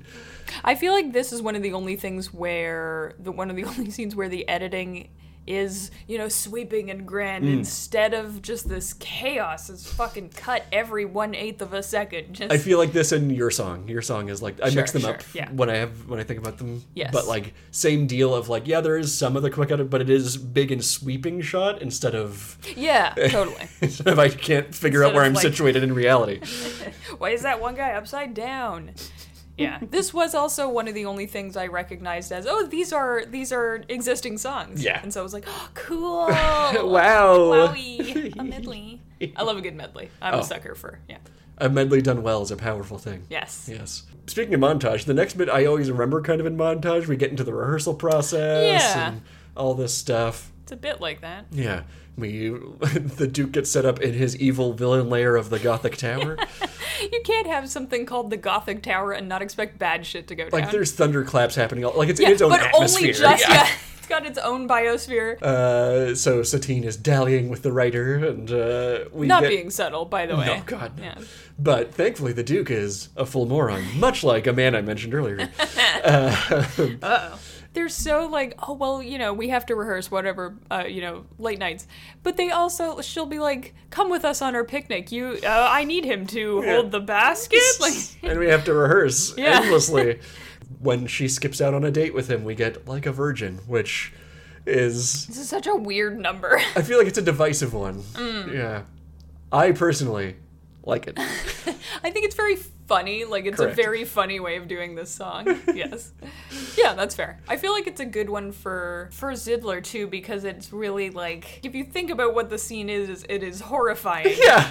Speaker 2: I feel like this is one of the only things where the one of the (laughs) only scenes where the editing is, you know, sweeping and grand
Speaker 1: Mm.
Speaker 2: instead of just this chaos. It's fucking cut every one eighth of a second. Just
Speaker 1: I feel like this in your song. Your song is like I mix them
Speaker 2: Sure, sure,
Speaker 1: up
Speaker 2: yeah.
Speaker 1: when I have when I think about them.
Speaker 2: Yes.
Speaker 1: But like same deal of like yeah, there is some of the quick edit, but it is big and sweeping shot instead of (laughs)
Speaker 2: Yeah, totally.
Speaker 1: instead of I can't figure out
Speaker 2: Instead
Speaker 1: where
Speaker 2: of,
Speaker 1: I'm
Speaker 2: like-
Speaker 1: situated in reality.
Speaker 2: Why is that one guy
Speaker 1: (laughs)
Speaker 2: upside down? Yeah. This was also one of the only things I recognized as, oh, these are these are existing songs.
Speaker 1: Yeah.
Speaker 2: And so I was like, oh,
Speaker 1: (laughs)
Speaker 2: cool.
Speaker 1: wow. (laughs)
Speaker 2: Wowie. A medley. I love a good medley. I'm
Speaker 1: Oh.
Speaker 2: a sucker for yeah.
Speaker 1: A medley done well is a powerful thing.
Speaker 2: Yes.
Speaker 1: Yes. Speaking of montage, the next bit I always remember kind of in montage. We get into the rehearsal process
Speaker 2: Yeah.
Speaker 1: and all this stuff.
Speaker 2: It's a bit like that.
Speaker 1: Yeah. We (laughs) the Duke gets set up in his evil villain lair of the Gothic
Speaker 2: (laughs)
Speaker 1: Tower.
Speaker 2: You can't have something called the Gothic Tower and not expect bad shit to go
Speaker 1: Like
Speaker 2: down.
Speaker 1: there's thunderclaps happening. all- Like it's
Speaker 2: yeah,
Speaker 1: in its own
Speaker 2: but
Speaker 1: atmosphere.
Speaker 2: only just
Speaker 1: Yeah.
Speaker 2: yeah. (laughs) It's got its own biosphere.
Speaker 1: Uh, so Satine is dallying with the writer, and uh, we
Speaker 2: not
Speaker 1: get-
Speaker 2: being subtle, by the way.
Speaker 1: No, God, no.
Speaker 2: Yeah.
Speaker 1: But thankfully, the Duke is a full moron, much like a man I mentioned
Speaker 2: (laughs)
Speaker 1: earlier.
Speaker 2: they're so like, oh well, you know, we have to rehearse whatever, uh, you know, late nights. But they also, she'll be like, come with us on our picnic. You, uh, I need him to hold the (laughs) basket. Like,
Speaker 1: and we have to rehearse
Speaker 2: Yeah.
Speaker 1: endlessly. When she skips out on a date with him, we get like a virgin, which is
Speaker 2: this is such a weird number.
Speaker 1: I feel like it's a divisive one.
Speaker 2: Mm.
Speaker 1: Yeah, I personally like it. (laughs)
Speaker 2: (laughs) I think it's very funny. Like, it's
Speaker 1: Correct.
Speaker 2: a very funny way of doing
Speaker 1: (laughs)
Speaker 2: this song. yes, yeah, that's fair. I feel like it's a good one for for Zidler too because it's really like, if you think about what the
Speaker 1: (laughs)
Speaker 2: scene is, it is horrifying,
Speaker 1: yeah,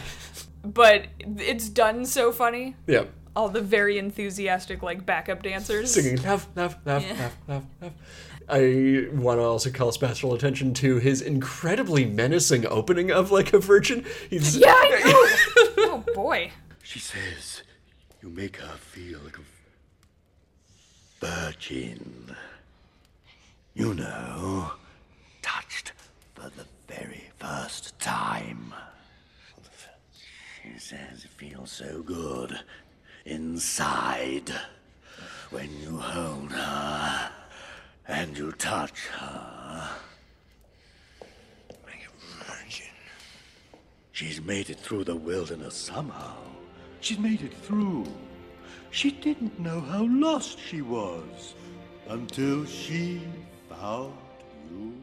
Speaker 2: but it's done so funny.
Speaker 1: yeah.
Speaker 2: all the very enthusiastic like backup dancers.
Speaker 1: singing love, love, love, love, love, love. I want to also call special attention to his incredibly menacing opening of like a virgin. He's
Speaker 2: Yeah, I
Speaker 1: (laughs)
Speaker 2: know. oh boy.
Speaker 7: She says you make her feel like a virgin. You know, touched for the very first time. She says it feels so good inside when you hold her and you touch her. Make a virgin. She's made it through the wilderness somehow. She's made it through. She didn't know how lost she was until she found you.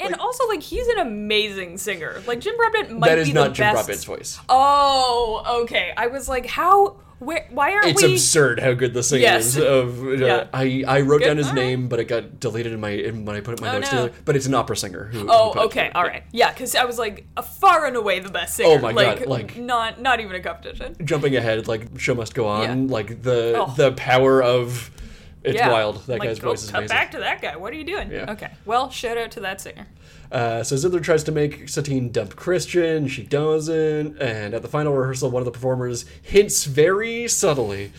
Speaker 2: And also like he's an amazing singer. Like Jim Brabant might
Speaker 1: that is
Speaker 2: be the
Speaker 1: not Jim
Speaker 2: best.
Speaker 1: Robbins' voice.
Speaker 2: Oh, okay. I was like, how? Where? Why aren't
Speaker 1: It's
Speaker 2: we?
Speaker 1: absurd how good the singer
Speaker 2: Yes.
Speaker 1: is. Of uh,
Speaker 2: Yeah.
Speaker 1: I, I wrote
Speaker 2: Good.
Speaker 1: down his
Speaker 2: All right.
Speaker 1: name, but it got deleted in my in, when I put it in my
Speaker 2: Oh,
Speaker 1: notes.
Speaker 2: no.
Speaker 1: together. But it's an opera singer. Who, who put
Speaker 2: Oh,
Speaker 1: it
Speaker 2: okay,
Speaker 1: together.
Speaker 2: all right, yeah, because I was like a far and away the best singer.
Speaker 1: Oh my God,
Speaker 2: like,
Speaker 1: like-
Speaker 2: not not even a competition.
Speaker 1: Jumping ahead, like show must go on.
Speaker 2: Yeah.
Speaker 1: Like the
Speaker 2: Oh.
Speaker 1: the power of it's
Speaker 2: yeah.
Speaker 1: wild. That
Speaker 2: Like,
Speaker 1: guy's
Speaker 2: go
Speaker 1: voice is
Speaker 2: cut
Speaker 1: amazing.
Speaker 2: back to that guy. What are you doing?
Speaker 1: Yeah.
Speaker 2: Okay, well, shout out to that singer.
Speaker 1: Uh, so Zidler tries to make Satine dump Christian. She doesn't. And at the final rehearsal, one of the performers hints very
Speaker 2: (laughs)
Speaker 1: subtly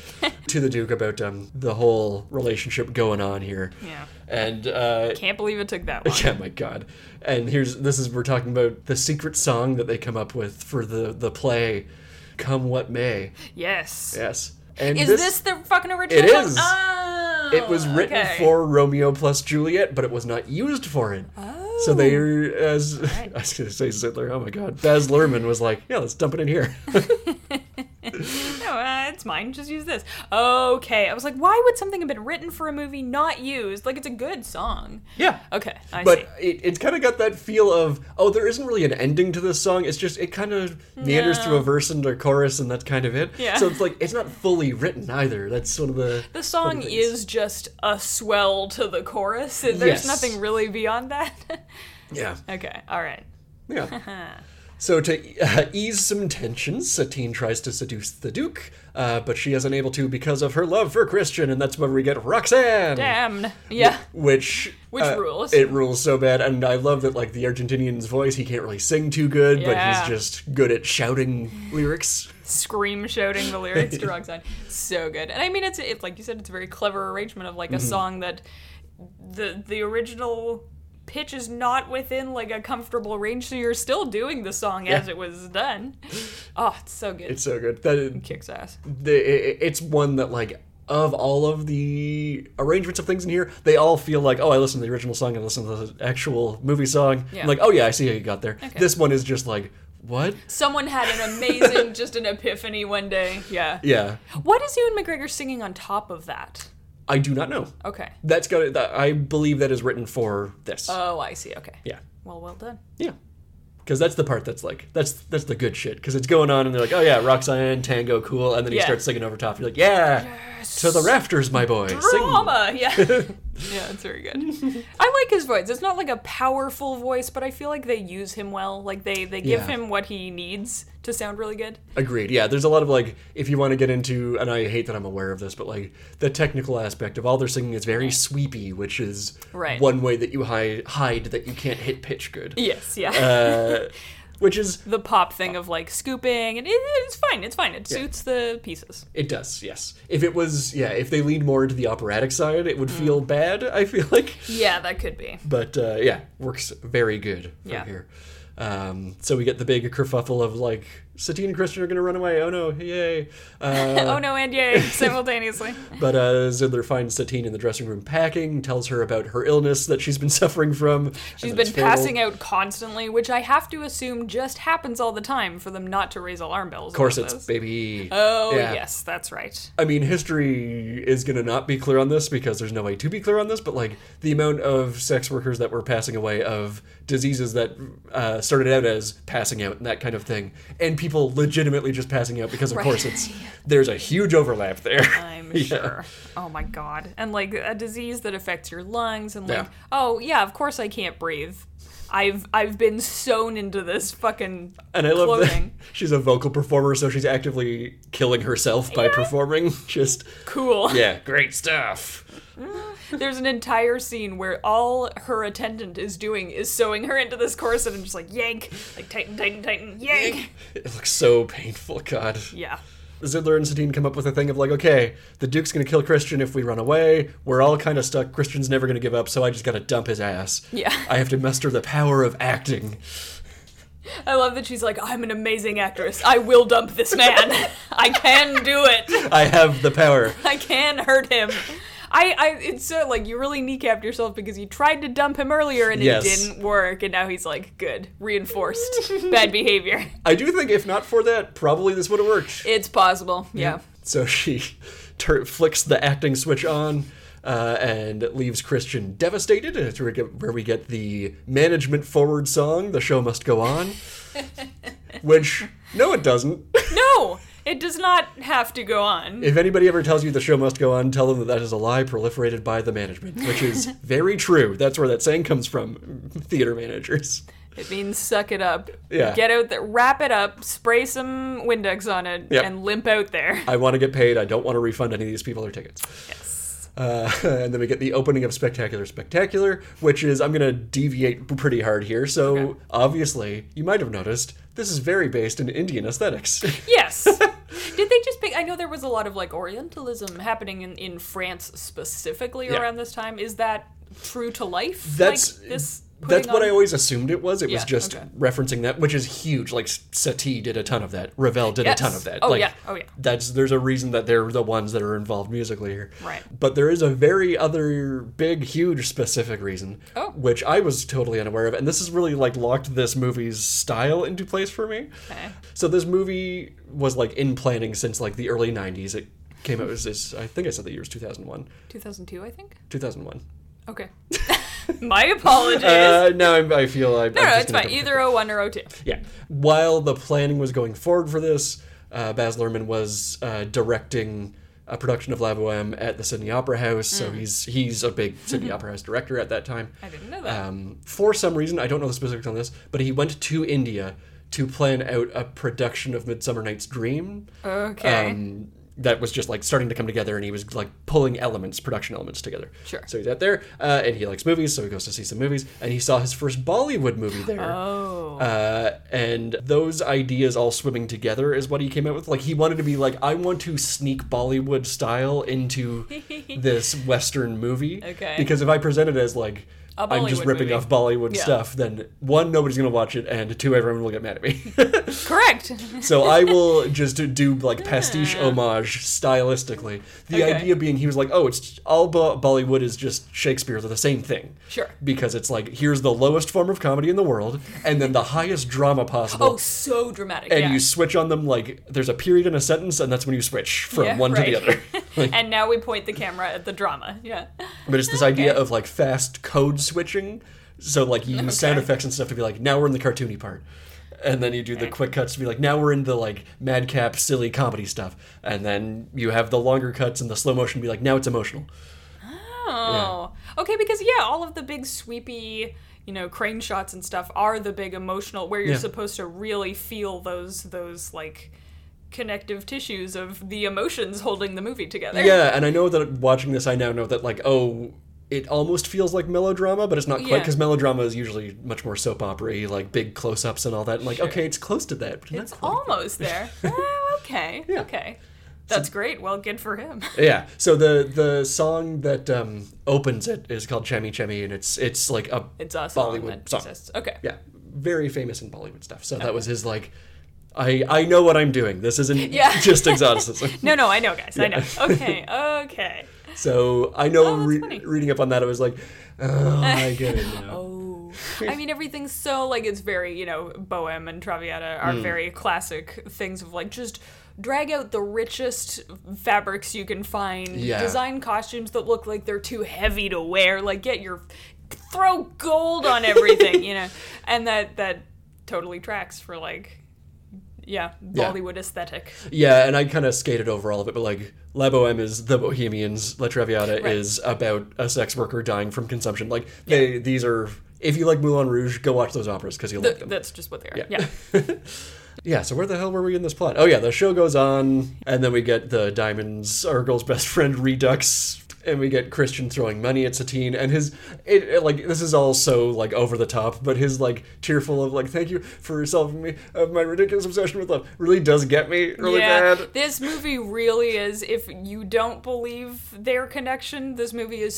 Speaker 1: to the Duke about um, the whole relationship going on here.
Speaker 2: Yeah.
Speaker 1: And uh, (laughs)
Speaker 2: Can't believe it took that long.
Speaker 1: yeah, my God. And here's this is we're talking about the secret song that they come up with for the the play, "Come What May."
Speaker 2: Yes.
Speaker 1: Yes. And
Speaker 2: Is this, the fucking original?
Speaker 1: It
Speaker 2: song?
Speaker 1: is.
Speaker 2: Oh,
Speaker 1: It was written
Speaker 2: okay.
Speaker 1: for Romeo plus Juliet, but it was not used for it. So they,
Speaker 2: Oh,
Speaker 1: as (laughs) I was going to say Zidler, oh my god, Baz Luhrmann was like, yeah, let's dump it in here.
Speaker 2: No, uh, it's mine. Just use this. Okay. I was like, why would something have been written for a movie not used? Like, it's a good song.
Speaker 1: yeah.
Speaker 2: Okay, I see.
Speaker 1: But it, it's kind of got that feel of, oh, there isn't really an ending to this song. It's just, it kind of meanders through a verse and a chorus, and that's kind of it.
Speaker 2: Yeah.
Speaker 1: So it's like, it's not fully written either. That's one of the.
Speaker 2: The song
Speaker 1: one of the things.
Speaker 2: is just a swell to the chorus. There's
Speaker 1: Yes.
Speaker 2: nothing really beyond that. (laughs)
Speaker 1: Yeah.
Speaker 2: okay, all right.
Speaker 1: Yeah.
Speaker 2: (laughs)
Speaker 1: So to uh, ease some tensions, Satine tries to seduce the Duke, uh, but she isn't able to because of her love for Christian, and that's when we get Roxanne,
Speaker 2: Damn. Yeah.
Speaker 1: which
Speaker 2: Which
Speaker 1: uh,
Speaker 2: rules.
Speaker 1: It rules so bad, and I love that like the Argentinian's voice. He can't really sing too good,
Speaker 2: Yeah.
Speaker 1: but he's just good at shouting lyrics.
Speaker 2: Scream shouting the
Speaker 1: (laughs)
Speaker 2: lyrics to Roxanne. So good. And I mean, it's, it's like you said, it's a very clever arrangement of like
Speaker 1: Mm-hmm.
Speaker 2: a song that the the original pitch is not within like a comfortable range, so you're still doing the song as
Speaker 1: Yeah.
Speaker 2: it was done. Oh, it's so good.
Speaker 1: It's so good that
Speaker 2: Kicks ass.
Speaker 1: the, it, it's one that like of all of the arrangements of things in here, they all feel like, oh, I listened to the original song and listened to the actual movie song. I'm
Speaker 2: Yeah.
Speaker 1: like, oh yeah, I see how you got there. This one is just like, what?
Speaker 2: Someone had
Speaker 1: (laughs)
Speaker 2: an amazing, just an epiphany one day. Yeah.
Speaker 1: Yeah,
Speaker 2: What is Ewan McGregor singing on top of that?
Speaker 1: I do not know.
Speaker 2: Okay.
Speaker 1: That's got. That, I believe that is written for this.
Speaker 2: Oh, I see. Okay.
Speaker 1: yeah,
Speaker 2: Well, well done.
Speaker 1: yeah. Because that's the part that's like that's that's the good shit. Because it's going on and they're like, oh yeah, Roxanne, Tango, cool, and then he
Speaker 2: Yeah.
Speaker 1: starts singing over top. You're like, yeah, to the rafters, my boy. Sing.
Speaker 2: Drama. Yeah. yeah, it's very good. I like his voice. It's not like a powerful voice, but I feel like they use him well. Like they they give
Speaker 1: Yeah.
Speaker 2: him what he needs to sound really good.
Speaker 1: Agreed. Yeah, there's a lot of like, if you want to get into, and I hate that I'm aware of this, but like the technical aspect of all their singing is very sweepy, which is
Speaker 2: Right.
Speaker 1: one way that you hide, hide that you can't hit pitch good.
Speaker 2: Yes. Yeah.
Speaker 1: Uh, which is
Speaker 2: (laughs) the pop thing of like scooping and it, it's fine. It's fine. It suits the pieces.
Speaker 1: it does yes. If it was yeah, if they lead more into the operatic side, it would
Speaker 2: Mm.
Speaker 1: feel bad. I feel like,
Speaker 2: Yeah, that could be.
Speaker 1: but uh, yeah, works very good from
Speaker 2: Yeah.
Speaker 1: here. Um, so we get the big kerfuffle of like Satine and Christian are gonna run away. Oh no! Yay! Uh,
Speaker 2: (laughs) oh no, and yay simultaneously.
Speaker 1: But uh, Zindler finds Satine in the dressing room packing, tells her about her illness that she's been (laughs) suffering from.
Speaker 2: She's been passing out constantly, which I have to assume just happens all the time for them not to raise alarm bells.
Speaker 1: Of course, it's baby.
Speaker 2: Oh
Speaker 1: Yeah.
Speaker 2: yes, that's right.
Speaker 1: I mean, history is going to not be clear on this because there's no way to be clear on this, but like the amount of sex workers that were passing away of diseases that uh, started out as passing out and that kind of thing, and people legitimately just passing out because, of course, it's there's a huge overlap there.
Speaker 2: I'm
Speaker 1: (laughs) Yeah.
Speaker 2: sure. Oh my god. And like a disease that affects your lungs and like,
Speaker 1: Yeah.
Speaker 2: oh yeah, of course I can't breathe. I've I've been sewn into this fucking
Speaker 1: And I love that
Speaker 2: clothing.
Speaker 1: (laughs) she's a vocal performer, so she's actively killing herself by performing. (laughs) Just
Speaker 2: Cool.
Speaker 1: yeah, great stuff.
Speaker 2: (laughs) There's an entire scene where all her attendant is doing is sewing her into this corset and just like yank, like tighten, tighten, tighten, yank.
Speaker 1: It looks so painful. God.
Speaker 2: Yeah.
Speaker 1: Zidler and Satine come up with a thing of like, okay, the Duke's gonna kill Christian if we run away. We're all kind of stuck. Christian's never gonna give up, so I just gotta dump his ass.
Speaker 2: Yeah. (laughs)
Speaker 1: I have to muster the power of acting.
Speaker 2: I love that she's like, I'm an amazing actress. I will dump this man. (laughs) I can do it.
Speaker 1: I have the power.
Speaker 2: (laughs) I can hurt him. I, I, it's so like you really kneecapped yourself because you tried to dump him earlier and
Speaker 1: Yes.
Speaker 2: it didn't work, and now he's like, good, reinforced bad behavior.
Speaker 1: (laughs) I do think if not for that, probably this would have worked.
Speaker 2: It's possible, yeah.
Speaker 1: So she tur flicks the acting switch on uh, and leaves Christian devastated. It's where we get- where we get the management forward song, The Show Must Go On. Which, no, it doesn't.
Speaker 2: No, it does not have to go on.
Speaker 1: If anybody ever tells you the show must go on, tell them that that is a lie proliferated by the management, which is very true. That's where that saying comes from, theater managers.
Speaker 2: It means suck it up.
Speaker 1: Yeah.
Speaker 2: Get out there, wrap it up, spray some Windex on it,
Speaker 1: Yep.
Speaker 2: and limp out there.
Speaker 1: I want to get paid. I don't want to refund any of these people their tickets. Yes. Uh, (laughs) and then we get the opening of Spectacular Spectacular, which is, I'm going to deviate pretty hard here. So, obviously, you might have noticed, this is very based in Indian aesthetics. (laughs)
Speaker 2: Yes. Did they just pick? I know there was a lot of like Orientalism happening in, in France specifically
Speaker 1: Yeah.
Speaker 2: around this time. Is that true to life?
Speaker 1: That's.
Speaker 2: like this.
Speaker 1: that's
Speaker 2: putting
Speaker 1: what
Speaker 2: on-
Speaker 1: I always assumed it was. It was
Speaker 2: Yeah,
Speaker 1: just
Speaker 2: okay.
Speaker 1: referencing that, which is huge. Like Satie did a ton of that. Ravel did
Speaker 2: Yes.
Speaker 1: a ton of that.
Speaker 2: Oh,
Speaker 1: like,
Speaker 2: yeah. Oh, yeah.
Speaker 1: That's there's a reason that they're the ones that are involved musically here.
Speaker 2: Right.
Speaker 1: But there is a very other big, huge, specific reason,
Speaker 2: Oh.
Speaker 1: which I was totally unaware of, and this has really like locked this movie's style into place for me.
Speaker 2: Okay.
Speaker 1: So this movie was like in planning since like the early '90s. It came out as is I think I said the year was 2001.
Speaker 2: 2002, I think.
Speaker 1: 2001. (laughs)
Speaker 2: Okay. My apologies.
Speaker 1: Uh, now I'm, I feel I.
Speaker 2: no, no, it's fine. Either 01 or 02.
Speaker 1: Yeah. While the planning was going forward for this, uh, Baz Luhrmann was uh, directing a production of La Boheme at the Sydney Opera House, so he's he's a
Speaker 2: (laughs)
Speaker 1: big Sydney Opera House director at that time.
Speaker 2: Mm. I didn't know that.
Speaker 1: Um, for some reason, I don't know the specifics on this, but he went to India to plan out a production of Midsummer Night's Dream.
Speaker 2: Okay.
Speaker 1: Um, that was just like starting to come together, and he was like pulling elements, production elements together.
Speaker 2: Sure.
Speaker 1: So he's out there, uh, and he likes movies, so he goes to see some movies, and he saw his first Bollywood movie there.
Speaker 2: oh.
Speaker 1: Uh, and those ideas all swimming together is what he came out with. Like he wanted to be like, I want to sneak Bollywood style
Speaker 2: (laughs)
Speaker 1: into this Western movie.
Speaker 2: Okay.
Speaker 1: Because if I present it as like
Speaker 2: A
Speaker 1: I'm just
Speaker 2: Bollywood
Speaker 1: ripping
Speaker 2: movie.
Speaker 1: off Bollywood
Speaker 2: Yeah.
Speaker 1: stuff, then one, nobody's gonna watch it, and two, everyone will get mad at me. (laughs)
Speaker 2: Correct.
Speaker 1: so I will just do- do like pastiche homage stylistically. The
Speaker 2: Okay.
Speaker 1: idea being he was like, oh, it's all Bo- Bollywood is just Shakespeare. They're the same thing.
Speaker 2: Sure.
Speaker 1: Because it's like here's the lowest form of comedy in the world, and then the highest drama possible.
Speaker 2: oh, so dramatic.
Speaker 1: and
Speaker 2: yeah.
Speaker 1: you switch on them like there's a period in a sentence, and that's when you switch from
Speaker 2: Yeah,
Speaker 1: one to the
Speaker 2: right. (laughs)
Speaker 1: other. Like,
Speaker 2: and now we point the camera at the drama. Yeah.
Speaker 1: but it's this idea of like fast code switching. So like you use sound effects and stuff to be like, now we're in the cartoony part. And then you do the quick cuts to be like, now we're in the like madcap, silly comedy stuff. And then you have the longer cuts and the slow motion be like, now it's emotional.
Speaker 2: Oh. Okay, because yeah, all of the big sweepy, you know, crane shots and stuff are the big emotional where you're
Speaker 1: Yeah.
Speaker 2: supposed to really feel those those like connective tissues of the emotions holding the movie together.
Speaker 1: Yeah, and I know that watching this, I now know that like, oh, it almost feels like melodrama, but it's not quite
Speaker 2: Yeah.
Speaker 1: because melodrama is usually much more soap opera like big close ups and all that. And like, okay, it's close to that. But not
Speaker 2: It's
Speaker 1: quite. (laughs)
Speaker 2: almost there. oh, okay. Okay. That's great. Well, good for him.
Speaker 1: Yeah. So the the song that um, opens it is called Chemi Chemi, and it's it's like a
Speaker 2: It's us
Speaker 1: Bollywood song.
Speaker 2: exists. Okay.
Speaker 1: Yeah, very famous in Bollywood stuff. So that was his like, I I know what I'm doing. This isn't
Speaker 2: (laughs) Yeah.
Speaker 1: just exoticism.
Speaker 2: (laughs) No, no, I know, guys. I know. Okay. Okay.
Speaker 1: So I know
Speaker 2: Oh, that's
Speaker 1: re-
Speaker 2: funny. Oh.
Speaker 1: reading up on that, I was like, oh, I
Speaker 2: (laughs)
Speaker 1: get it now.
Speaker 2: I mean, everything's so like it's very you know Bohem and Traviata
Speaker 1: Hmm.
Speaker 2: are very classic things of like just drag out the richest fabrics you can find,
Speaker 1: Yeah.
Speaker 2: design costumes that look like they're too heavy to wear, like get your throw gold on everything,
Speaker 1: (laughs)
Speaker 2: you know, and that that totally tracks for like. Yeah, Bollywood aesthetic.
Speaker 1: Yeah, and I kind of skated over all of it, but like La Boheme is the Bohemians, La Traviata
Speaker 2: Right.
Speaker 1: is about a sex worker dying from consumption. Like they, these are If you like Moulin Rouge, go watch those operas because you'll
Speaker 2: Th-
Speaker 1: like them.
Speaker 2: that's just what they are.
Speaker 1: Yeah.
Speaker 2: Yeah.
Speaker 1: Yeah, so where the hell were we in this plot? Oh yeah, the show goes on, and then we get the diamonds, our girl's best friend Redux, and we get Christian throwing money at Satine, and his it, it, like this is all so like over the top, but his like tearful of like thank you for solving me of my ridiculous obsession with love really does get me (laughs) really
Speaker 2: yeah.
Speaker 1: bad. (laughs)
Speaker 2: This movie really is, if you don't believe their connection, this movie is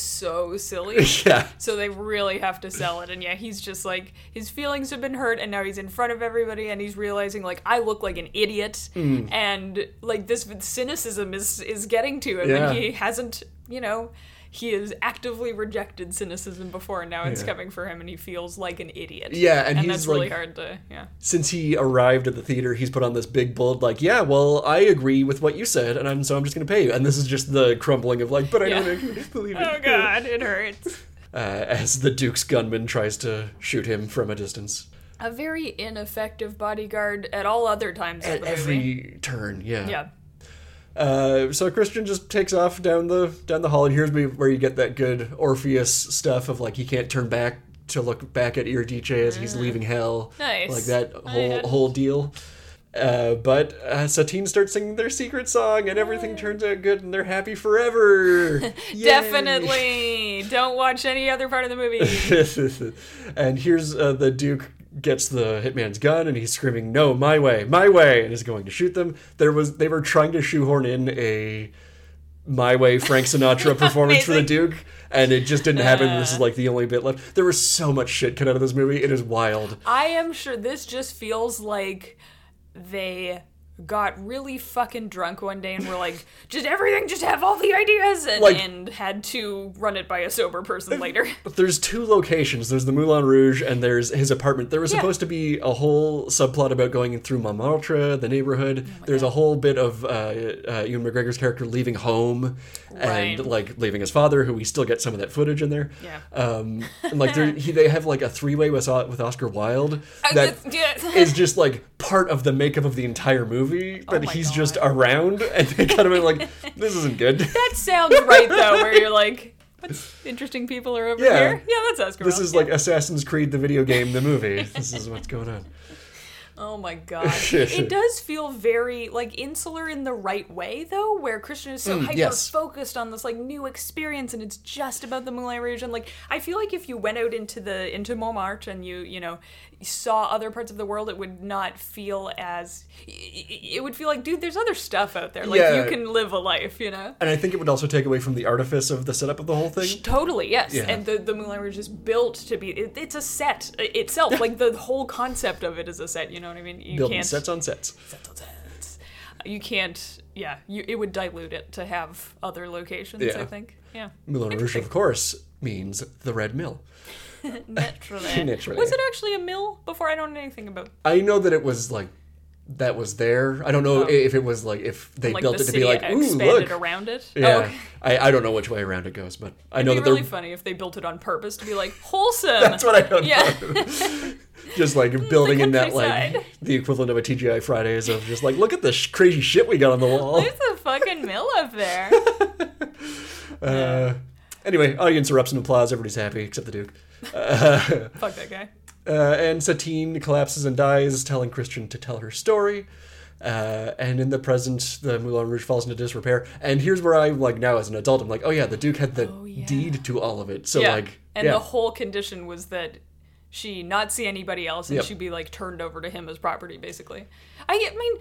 Speaker 1: (laughs)
Speaker 2: so silly.
Speaker 1: Yeah.
Speaker 2: So they really have to sell it. And yeah, he's just like, his feelings have been hurt, and now he's in front of everybody, and he's realizing, like, I look like an idiot.
Speaker 1: Mm.
Speaker 2: And, like, this cynicism is, is getting to him,
Speaker 1: Yeah.
Speaker 2: and he hasn't, you know, he has actively rejected cynicism before, and now it's
Speaker 1: Yeah.
Speaker 2: coming for him, and he feels like an idiot.
Speaker 1: Yeah, and he's
Speaker 2: that's really
Speaker 1: like-
Speaker 2: hard to, yeah.
Speaker 1: Since he arrived at the theater, he's put on this big bold like, yeah, well, I agree with what you said, and I'm so I'm just gonna pay you. And this is just the crumbling of like, but I
Speaker 2: Yeah.
Speaker 1: don't believe it. (laughs)
Speaker 2: Oh, God, it hurts.
Speaker 1: uh, as the Duke's gunman tries to shoot him from a distance.
Speaker 2: a very ineffective bodyguard at all other times of
Speaker 1: At
Speaker 2: the movie.
Speaker 1: every turn, yeah.
Speaker 2: Yeah.
Speaker 1: Uh, so Christian just takes off down the down the hall, and here's where where you get that good Orpheus stuff of like he can't turn back to look back at Eurydice as he's leaving hell,
Speaker 2: Mm. Nice. Oh,
Speaker 1: like that
Speaker 2: I
Speaker 1: whole
Speaker 2: had-
Speaker 1: whole deal. Uh, but uh, Satine starts singing their secret song, and everything turns out good, and they're happy forever. Yay.
Speaker 2: (laughs) Definitely. Don't watch any other part of
Speaker 1: (laughs)
Speaker 2: the movie.
Speaker 1: and here's uh, the Duke gets the hitman's gun and he's screaming, "No, my way, my way!" and is going to shoot them. There was they were trying to shoehorn in a my way Frank Sinatra performance for the Duke, and it just didn't happen. this is like the only bit left. There was so much shit cut out of this movie; it is wild.
Speaker 2: I am sure this just feels like they got really fucking drunk one day and were like, (laughs) just everything, just have all the ideas, and,
Speaker 1: Like-
Speaker 2: and had to run it by a sober person later.
Speaker 1: But there's two locations. There's the Moulin Rouge and there's his apartment. There was
Speaker 2: Yeah.
Speaker 1: supposed to be a whole subplot about going in through Montmartre, the neighborhood.
Speaker 2: Oh
Speaker 1: there's a whole bit of uh, uh, Ewan McGregor's character leaving home
Speaker 2: Right.
Speaker 1: and like leaving his father, who we still get some of that footage in there.
Speaker 2: Yeah.
Speaker 1: Um, and like
Speaker 2: (laughs)
Speaker 1: there- he, they have like a three way with, O- with Oscar Wilde (laughs) that
Speaker 2: that's- (laughs) yeah. Oh
Speaker 1: is just like part of the makeup of the entire movie that
Speaker 2: my
Speaker 1: he's
Speaker 2: God.
Speaker 1: just around and they kind of are
Speaker 2: (laughs)
Speaker 1: like, this isn't good.
Speaker 2: that sounds right, though, where you're like,
Speaker 1: (laughs)
Speaker 2: what's interesting people are over
Speaker 1: Yeah.
Speaker 2: here? Yeah, that's Oscar
Speaker 1: This
Speaker 2: Wilde.
Speaker 1: is like Assassin's Creed, the video game, the movie. This is what's going on. (laughs)
Speaker 2: Oh my god. it does feel very like insular in the right way though, where Christian is so hyper
Speaker 1: Mm, yes.
Speaker 2: focused on this like new experience and it's just about the Moulin Rouge and like I feel like if you went out into the into Montmartre and you, you know, saw other parts of the world it would not feel as i- i- it would feel like dude there's other stuff out there. Like
Speaker 1: Yeah.
Speaker 2: you can live a life, you know.
Speaker 1: And I think it would also take away from the artifice of the setup of the whole thing.
Speaker 2: Totally, yes.
Speaker 1: Yeah.
Speaker 2: And the, the Moulin Rouge is built to be, it, it's a set i- itself. like the whole concept of it is a set, you know what I mean? You
Speaker 1: Building
Speaker 2: can't,
Speaker 1: sets on sets.
Speaker 2: you can't yeah you, it would dilute it to have other locations
Speaker 1: Yeah.
Speaker 2: i think yeah (laughs)
Speaker 1: Moulin Rouge, of course, means the Red Mill.
Speaker 2: naturally.
Speaker 1: Naturally.
Speaker 2: was it actually a mill before i don't know anything about
Speaker 1: I know that it was like that was there. I don't know i- if it was like if they
Speaker 2: Oh. like
Speaker 1: built
Speaker 2: the
Speaker 1: it to
Speaker 2: city
Speaker 1: be like, ooh,
Speaker 2: expanded
Speaker 1: look.
Speaker 2: around it
Speaker 1: Yeah,
Speaker 2: oh, okay.
Speaker 1: I, I don't know which way around it goes, but I know
Speaker 2: It'd
Speaker 1: that (laughs)
Speaker 2: be really
Speaker 1: they're
Speaker 2: funny if they built it on purpose to be like
Speaker 1: (laughs)
Speaker 2: wholesome.
Speaker 1: That's what I don't
Speaker 2: yeah. (laughs)
Speaker 1: just like building in that like
Speaker 2: countryside. (laughs)
Speaker 1: the equivalent of a TGI Fridays of just like look at the sh- crazy shit we got on the wall.
Speaker 2: There's a fucking mill up
Speaker 1: (laughs)
Speaker 2: there.
Speaker 1: Anyway, audience erupts in applause. Everybody's happy except the Duke.
Speaker 2: Fuck that guy.
Speaker 1: Uh, and Satine collapses and dies, telling Christian to tell her story. Uh, and in the present, the Moulin Rouge falls into disrepair. And here's where I'm like, now as an adult, I'm like, oh yeah, the Duke had the deed to all of it. So
Speaker 2: Yeah.
Speaker 1: like,
Speaker 2: and
Speaker 1: yeah,
Speaker 2: the whole condition was that she not see anybody else and
Speaker 1: Yep.
Speaker 2: she be like turned over to him as property, basically. I, I mean,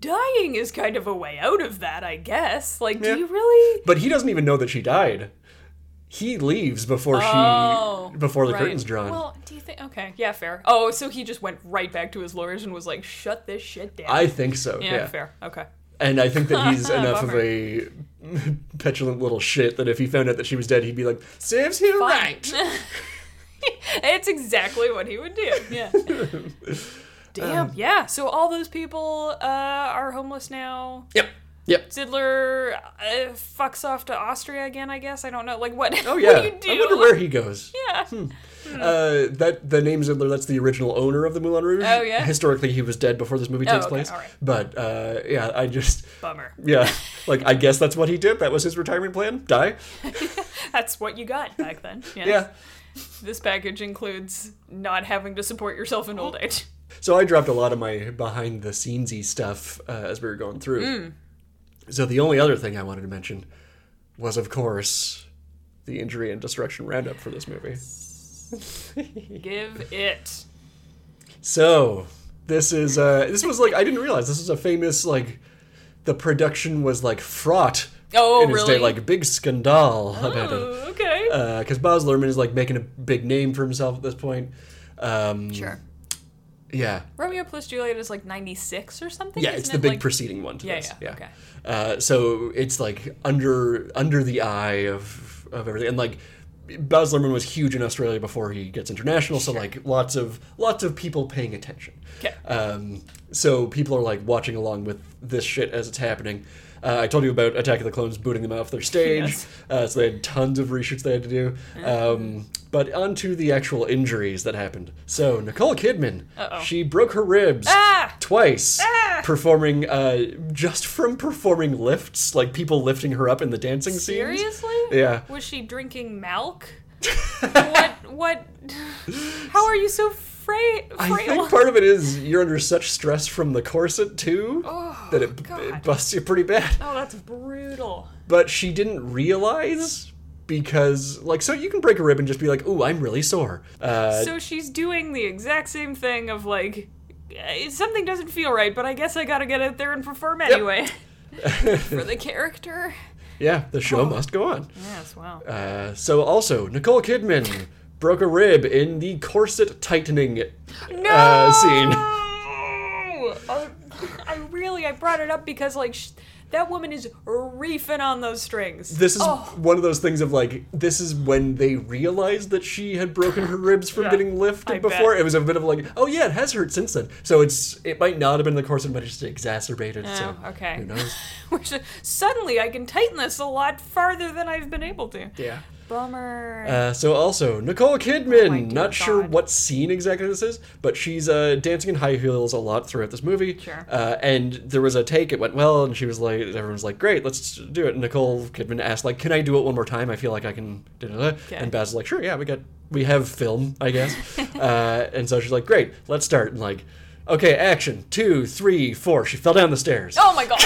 Speaker 2: dying is kind of a way out of that, I guess. Like,
Speaker 1: Yeah.
Speaker 2: do you really?
Speaker 1: but he doesn't even know that she died. He leaves before
Speaker 2: Oh,
Speaker 1: she before the
Speaker 2: right.
Speaker 1: curtain's drawn.
Speaker 2: Well, do you think? Okay, yeah, fair. Oh, so he just went right back to his lawyers and was like, "Shut this shit down."
Speaker 1: I think so. Yeah,
Speaker 2: yeah, fair. Okay.
Speaker 1: And I think that
Speaker 2: (laughs)
Speaker 1: he's enough of a petulant little shit that if he found out that she was dead, he'd be like, "Serves you right."
Speaker 2: (laughs) It's exactly what he would do.
Speaker 1: (laughs)
Speaker 2: Yeah. Damn.
Speaker 1: Um,
Speaker 2: yeah. So all those people uh, are homeless now.
Speaker 1: Yep. Yep.
Speaker 2: Zidler uh, fucks off to Austria again. I guess I don't know. Like what? (laughs)
Speaker 1: Oh
Speaker 2: what
Speaker 1: yeah.
Speaker 2: do you do?
Speaker 1: I wonder where he Hmm. goes.
Speaker 2: Yeah.
Speaker 1: Uh, that the name Zidler, that's the original owner of the Moulin Rouge.
Speaker 2: Oh, yeah?
Speaker 1: Historically, he was dead before this movie
Speaker 2: Oh,
Speaker 1: takes
Speaker 2: okay,
Speaker 1: place.
Speaker 2: all right.
Speaker 1: But uh, yeah, I just
Speaker 2: Bummer. (laughs)
Speaker 1: yeah, like I guess that's what he did. That was his retirement plan. Die. (laughs)
Speaker 2: That's what you got back then. Yes.
Speaker 1: Yeah.
Speaker 2: This package includes not having to support yourself in
Speaker 1: Oh.
Speaker 2: old age.
Speaker 1: So I dropped a lot of my behind the scenesy stuff uh, as we were going through.
Speaker 2: Mm.
Speaker 1: So the only other thing I wanted to mention was, of course, the injury and destruction roundup for this movie.
Speaker 2: Give it.
Speaker 1: So this is uh, this was like I didn't realize this was a famous like the production was like fraught.
Speaker 2: Oh,
Speaker 1: in its day,
Speaker 2: really?
Speaker 1: like big scandal about it.
Speaker 2: Oh, okay.
Speaker 1: because Baz Luhrmann is like making a big name for himself at this point. Um,
Speaker 2: sure.
Speaker 1: Yeah,
Speaker 2: Romeo plus Juliet is like 96 or something?
Speaker 1: yeah,
Speaker 2: isn't
Speaker 1: it's the
Speaker 2: it?
Speaker 1: big
Speaker 2: Like-
Speaker 1: preceding one to
Speaker 2: Yeah,
Speaker 1: this.
Speaker 2: yeah, okay.
Speaker 1: Uh, so it's like under under the eye of of everything, and like Baz Luhrmann was huge in Australia before he gets international. So like lots of lots of people paying attention.
Speaker 2: 'Kay.
Speaker 1: Um, so people are like watching along with this shit as it's happening. Uh, I told you about Attack of the Clones booting them
Speaker 2: (laughs)
Speaker 1: off their stage.
Speaker 2: Yes.
Speaker 1: Uh, so they had tons of reshoots they had to do. Um, but onto the actual injuries that happened. So Nicole Kidman, she broke her ribs
Speaker 2: Ah!
Speaker 1: twice performing uh, just from performing lifts, like people lifting her up in the dancing (laughs) scenes.
Speaker 2: Seriously?
Speaker 1: Yeah.
Speaker 2: Was she drinking
Speaker 1: (laughs)
Speaker 2: milk? what? What? How are you so fra- frail?
Speaker 1: I think part of it is you're under such stress from the corset too that it, it
Speaker 2: Oh, God.
Speaker 1: busts you pretty bad.
Speaker 2: oh, that's brutal.
Speaker 1: But she didn't realize because like so you can break a rib and just be like, "Ooh, I'm really sore." Uh,
Speaker 2: so she's doing the exact same thing of like. eh, Something doesn't feel right, but I guess I gotta get out there and
Speaker 1: (laughs)
Speaker 2: perform anyway. For the character?
Speaker 1: yeah, the show must go on.
Speaker 2: Yes, wow.
Speaker 1: Uh, so also Nicole Kidman broke a rib in the corset tightening
Speaker 2: no!
Speaker 1: uh, scene.
Speaker 2: I, I really, I brought it up because, like, sh- that woman is reefing on those strings.
Speaker 1: this is
Speaker 2: Oh.
Speaker 1: one of those things of like this is when they realized that she had broken her ribs from getting lifted
Speaker 2: I
Speaker 1: before.
Speaker 2: bet.
Speaker 1: It was a bit of like, oh yeah, it has hurt since then. So it's it might not have been the corset, but it's just exacerbated. so
Speaker 2: Oh, okay.
Speaker 1: who knows?
Speaker 2: (laughs) Which suddenly I can tighten this a lot farther than I've been able to.
Speaker 1: Yeah.
Speaker 2: Bummer. Oh
Speaker 1: Uh, so also Nicole Kidman,
Speaker 2: my dear
Speaker 1: not sure
Speaker 2: God.
Speaker 1: what scene exactly this is, but she's uh, dancing in high heels a lot throughout this movie.
Speaker 2: Sure.
Speaker 1: Uh, and there was a take, it went well, and she was like, everyone was like, great, let's do it. And Nicole Kidman asked, like, can I do it one more time? I feel like I can. da-da-da." And Baz is like, sure, yeah, we got, we have film, I
Speaker 2: (laughs)
Speaker 1: guess. uh, and so she's like, great, let's start. And like, okay, action, two, three, four. She fell down the stairs.
Speaker 2: oh my god.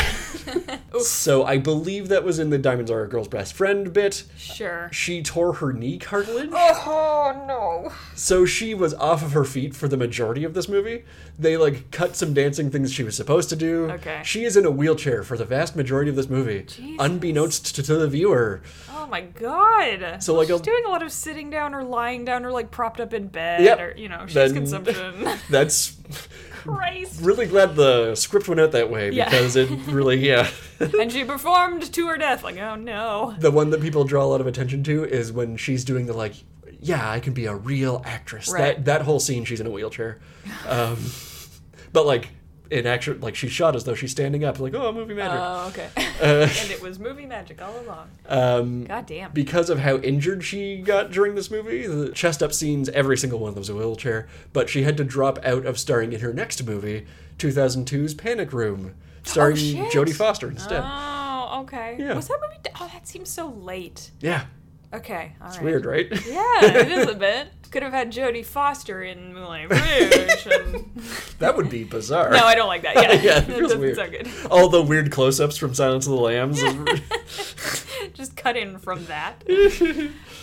Speaker 2: (laughs)
Speaker 1: So I believe that was in the Diamonds Are a Girl's Best Friend bit.
Speaker 2: sure.
Speaker 1: She tore her knee cartilage.
Speaker 2: Oh no.
Speaker 1: So she was off of her feet for the majority of this movie. They like cut some dancing things she was supposed to do.
Speaker 2: Okay.
Speaker 1: She is in a wheelchair for the vast majority of this movie, unbeknownst to, to the viewer.
Speaker 2: Oh my god.
Speaker 1: So, like,
Speaker 2: she's
Speaker 1: a-
Speaker 2: doing a lot of sitting down or lying down or like propped up in bed
Speaker 1: Yep.
Speaker 2: or you know, she's
Speaker 1: Then-
Speaker 2: consumption.
Speaker 1: (laughs)
Speaker 2: (laughs)
Speaker 1: That's (laughs)
Speaker 2: Christ.
Speaker 1: really glad the script went out that way
Speaker 2: Yeah.
Speaker 1: because
Speaker 2: (laughs)
Speaker 1: it really yeah.
Speaker 2: and she performed to her death. Like, oh
Speaker 1: (laughs)
Speaker 2: no.
Speaker 1: the one that people draw a lot of attention to is when she's doing the like yeah, I can be a real actress. That
Speaker 2: Right.
Speaker 1: that whole scene she's in a wheelchair. Um, but like in action like she's shot as though she's standing up like oh, movie magic.
Speaker 2: Oh, okay.
Speaker 1: Uh,
Speaker 2: (laughs) and it was movie magic all along. Um God damn.
Speaker 1: because of how injured she got during this movie, the chest up scenes, every single one of them was a wheelchair, but she had to drop out of starring in her next movie, 2002's Panic Room, starring
Speaker 2: Oh, shit.
Speaker 1: Jodie Foster instead.
Speaker 2: Oh, okay.
Speaker 1: Yeah.
Speaker 2: Was that movie? Oh, that seems so late.
Speaker 1: yeah,
Speaker 2: Okay, all right.
Speaker 1: weird, right?
Speaker 2: Yeah, it is a bit. Could have had Jodie Foster in Moulin
Speaker 1: (laughs)
Speaker 2: Rouge. and-
Speaker 1: (laughs) that would be bizarre.
Speaker 2: No, I don't like that.
Speaker 1: (laughs)
Speaker 2: Yeah, (laughs)
Speaker 1: Yeah, it
Speaker 2: That
Speaker 1: feels
Speaker 2: doesn't
Speaker 1: weird.
Speaker 2: sound good. (laughs)
Speaker 1: All the weird close ups from Silence of the Lambs. is-
Speaker 2: Just cut in from that.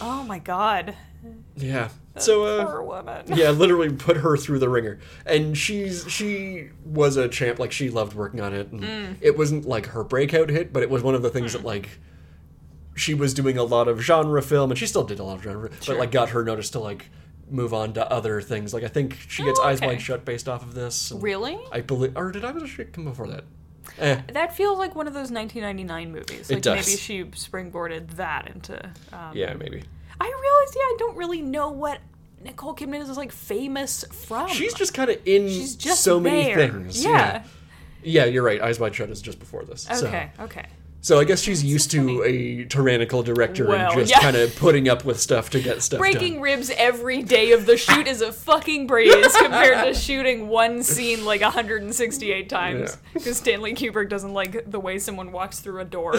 Speaker 2: oh my god,
Speaker 1: (laughs) yeah. So, uh.
Speaker 2: poor woman.
Speaker 1: yeah, literally put her through the ringer. And she's she was a champ. Like she loved working on it. And
Speaker 2: Mm.
Speaker 1: It wasn't like her breakout hit, but it was one of the things that like she was doing a lot of genre film, and she still did a lot of genre, but like got her notice to like move on to other things. Like I think she gets
Speaker 2: Oh,
Speaker 1: Eyes
Speaker 2: okay.
Speaker 1: Wide Shut based off of this. and
Speaker 2: Really?
Speaker 1: I believe, or did I was she come before that? Eh,
Speaker 2: That feels like one of those 1999 movies. Like
Speaker 1: does.
Speaker 2: maybe she springboarded that into. Um,
Speaker 1: yeah, maybe.
Speaker 2: I realized, yeah, I don't really know what Nicole Kidman is like famous from.
Speaker 1: She's just kind of in
Speaker 2: She's just
Speaker 1: so many
Speaker 2: there.
Speaker 1: things.
Speaker 2: Yeah.
Speaker 1: yeah, you're right. Eyes Wide Shut is just before this. so-
Speaker 2: Okay. Okay.
Speaker 1: So I guess she's used to a tyrannical director
Speaker 2: Well,
Speaker 1: and just
Speaker 2: yeah.
Speaker 1: kind of putting up with stuff to get stuff
Speaker 2: Breaking
Speaker 1: done. (laughs)
Speaker 2: ribs every day of the shoot is a fucking (laughs) breeze compared to shooting one scene like 168 times because Stanley Kubrick doesn't like the way someone walks through (laughs) a door.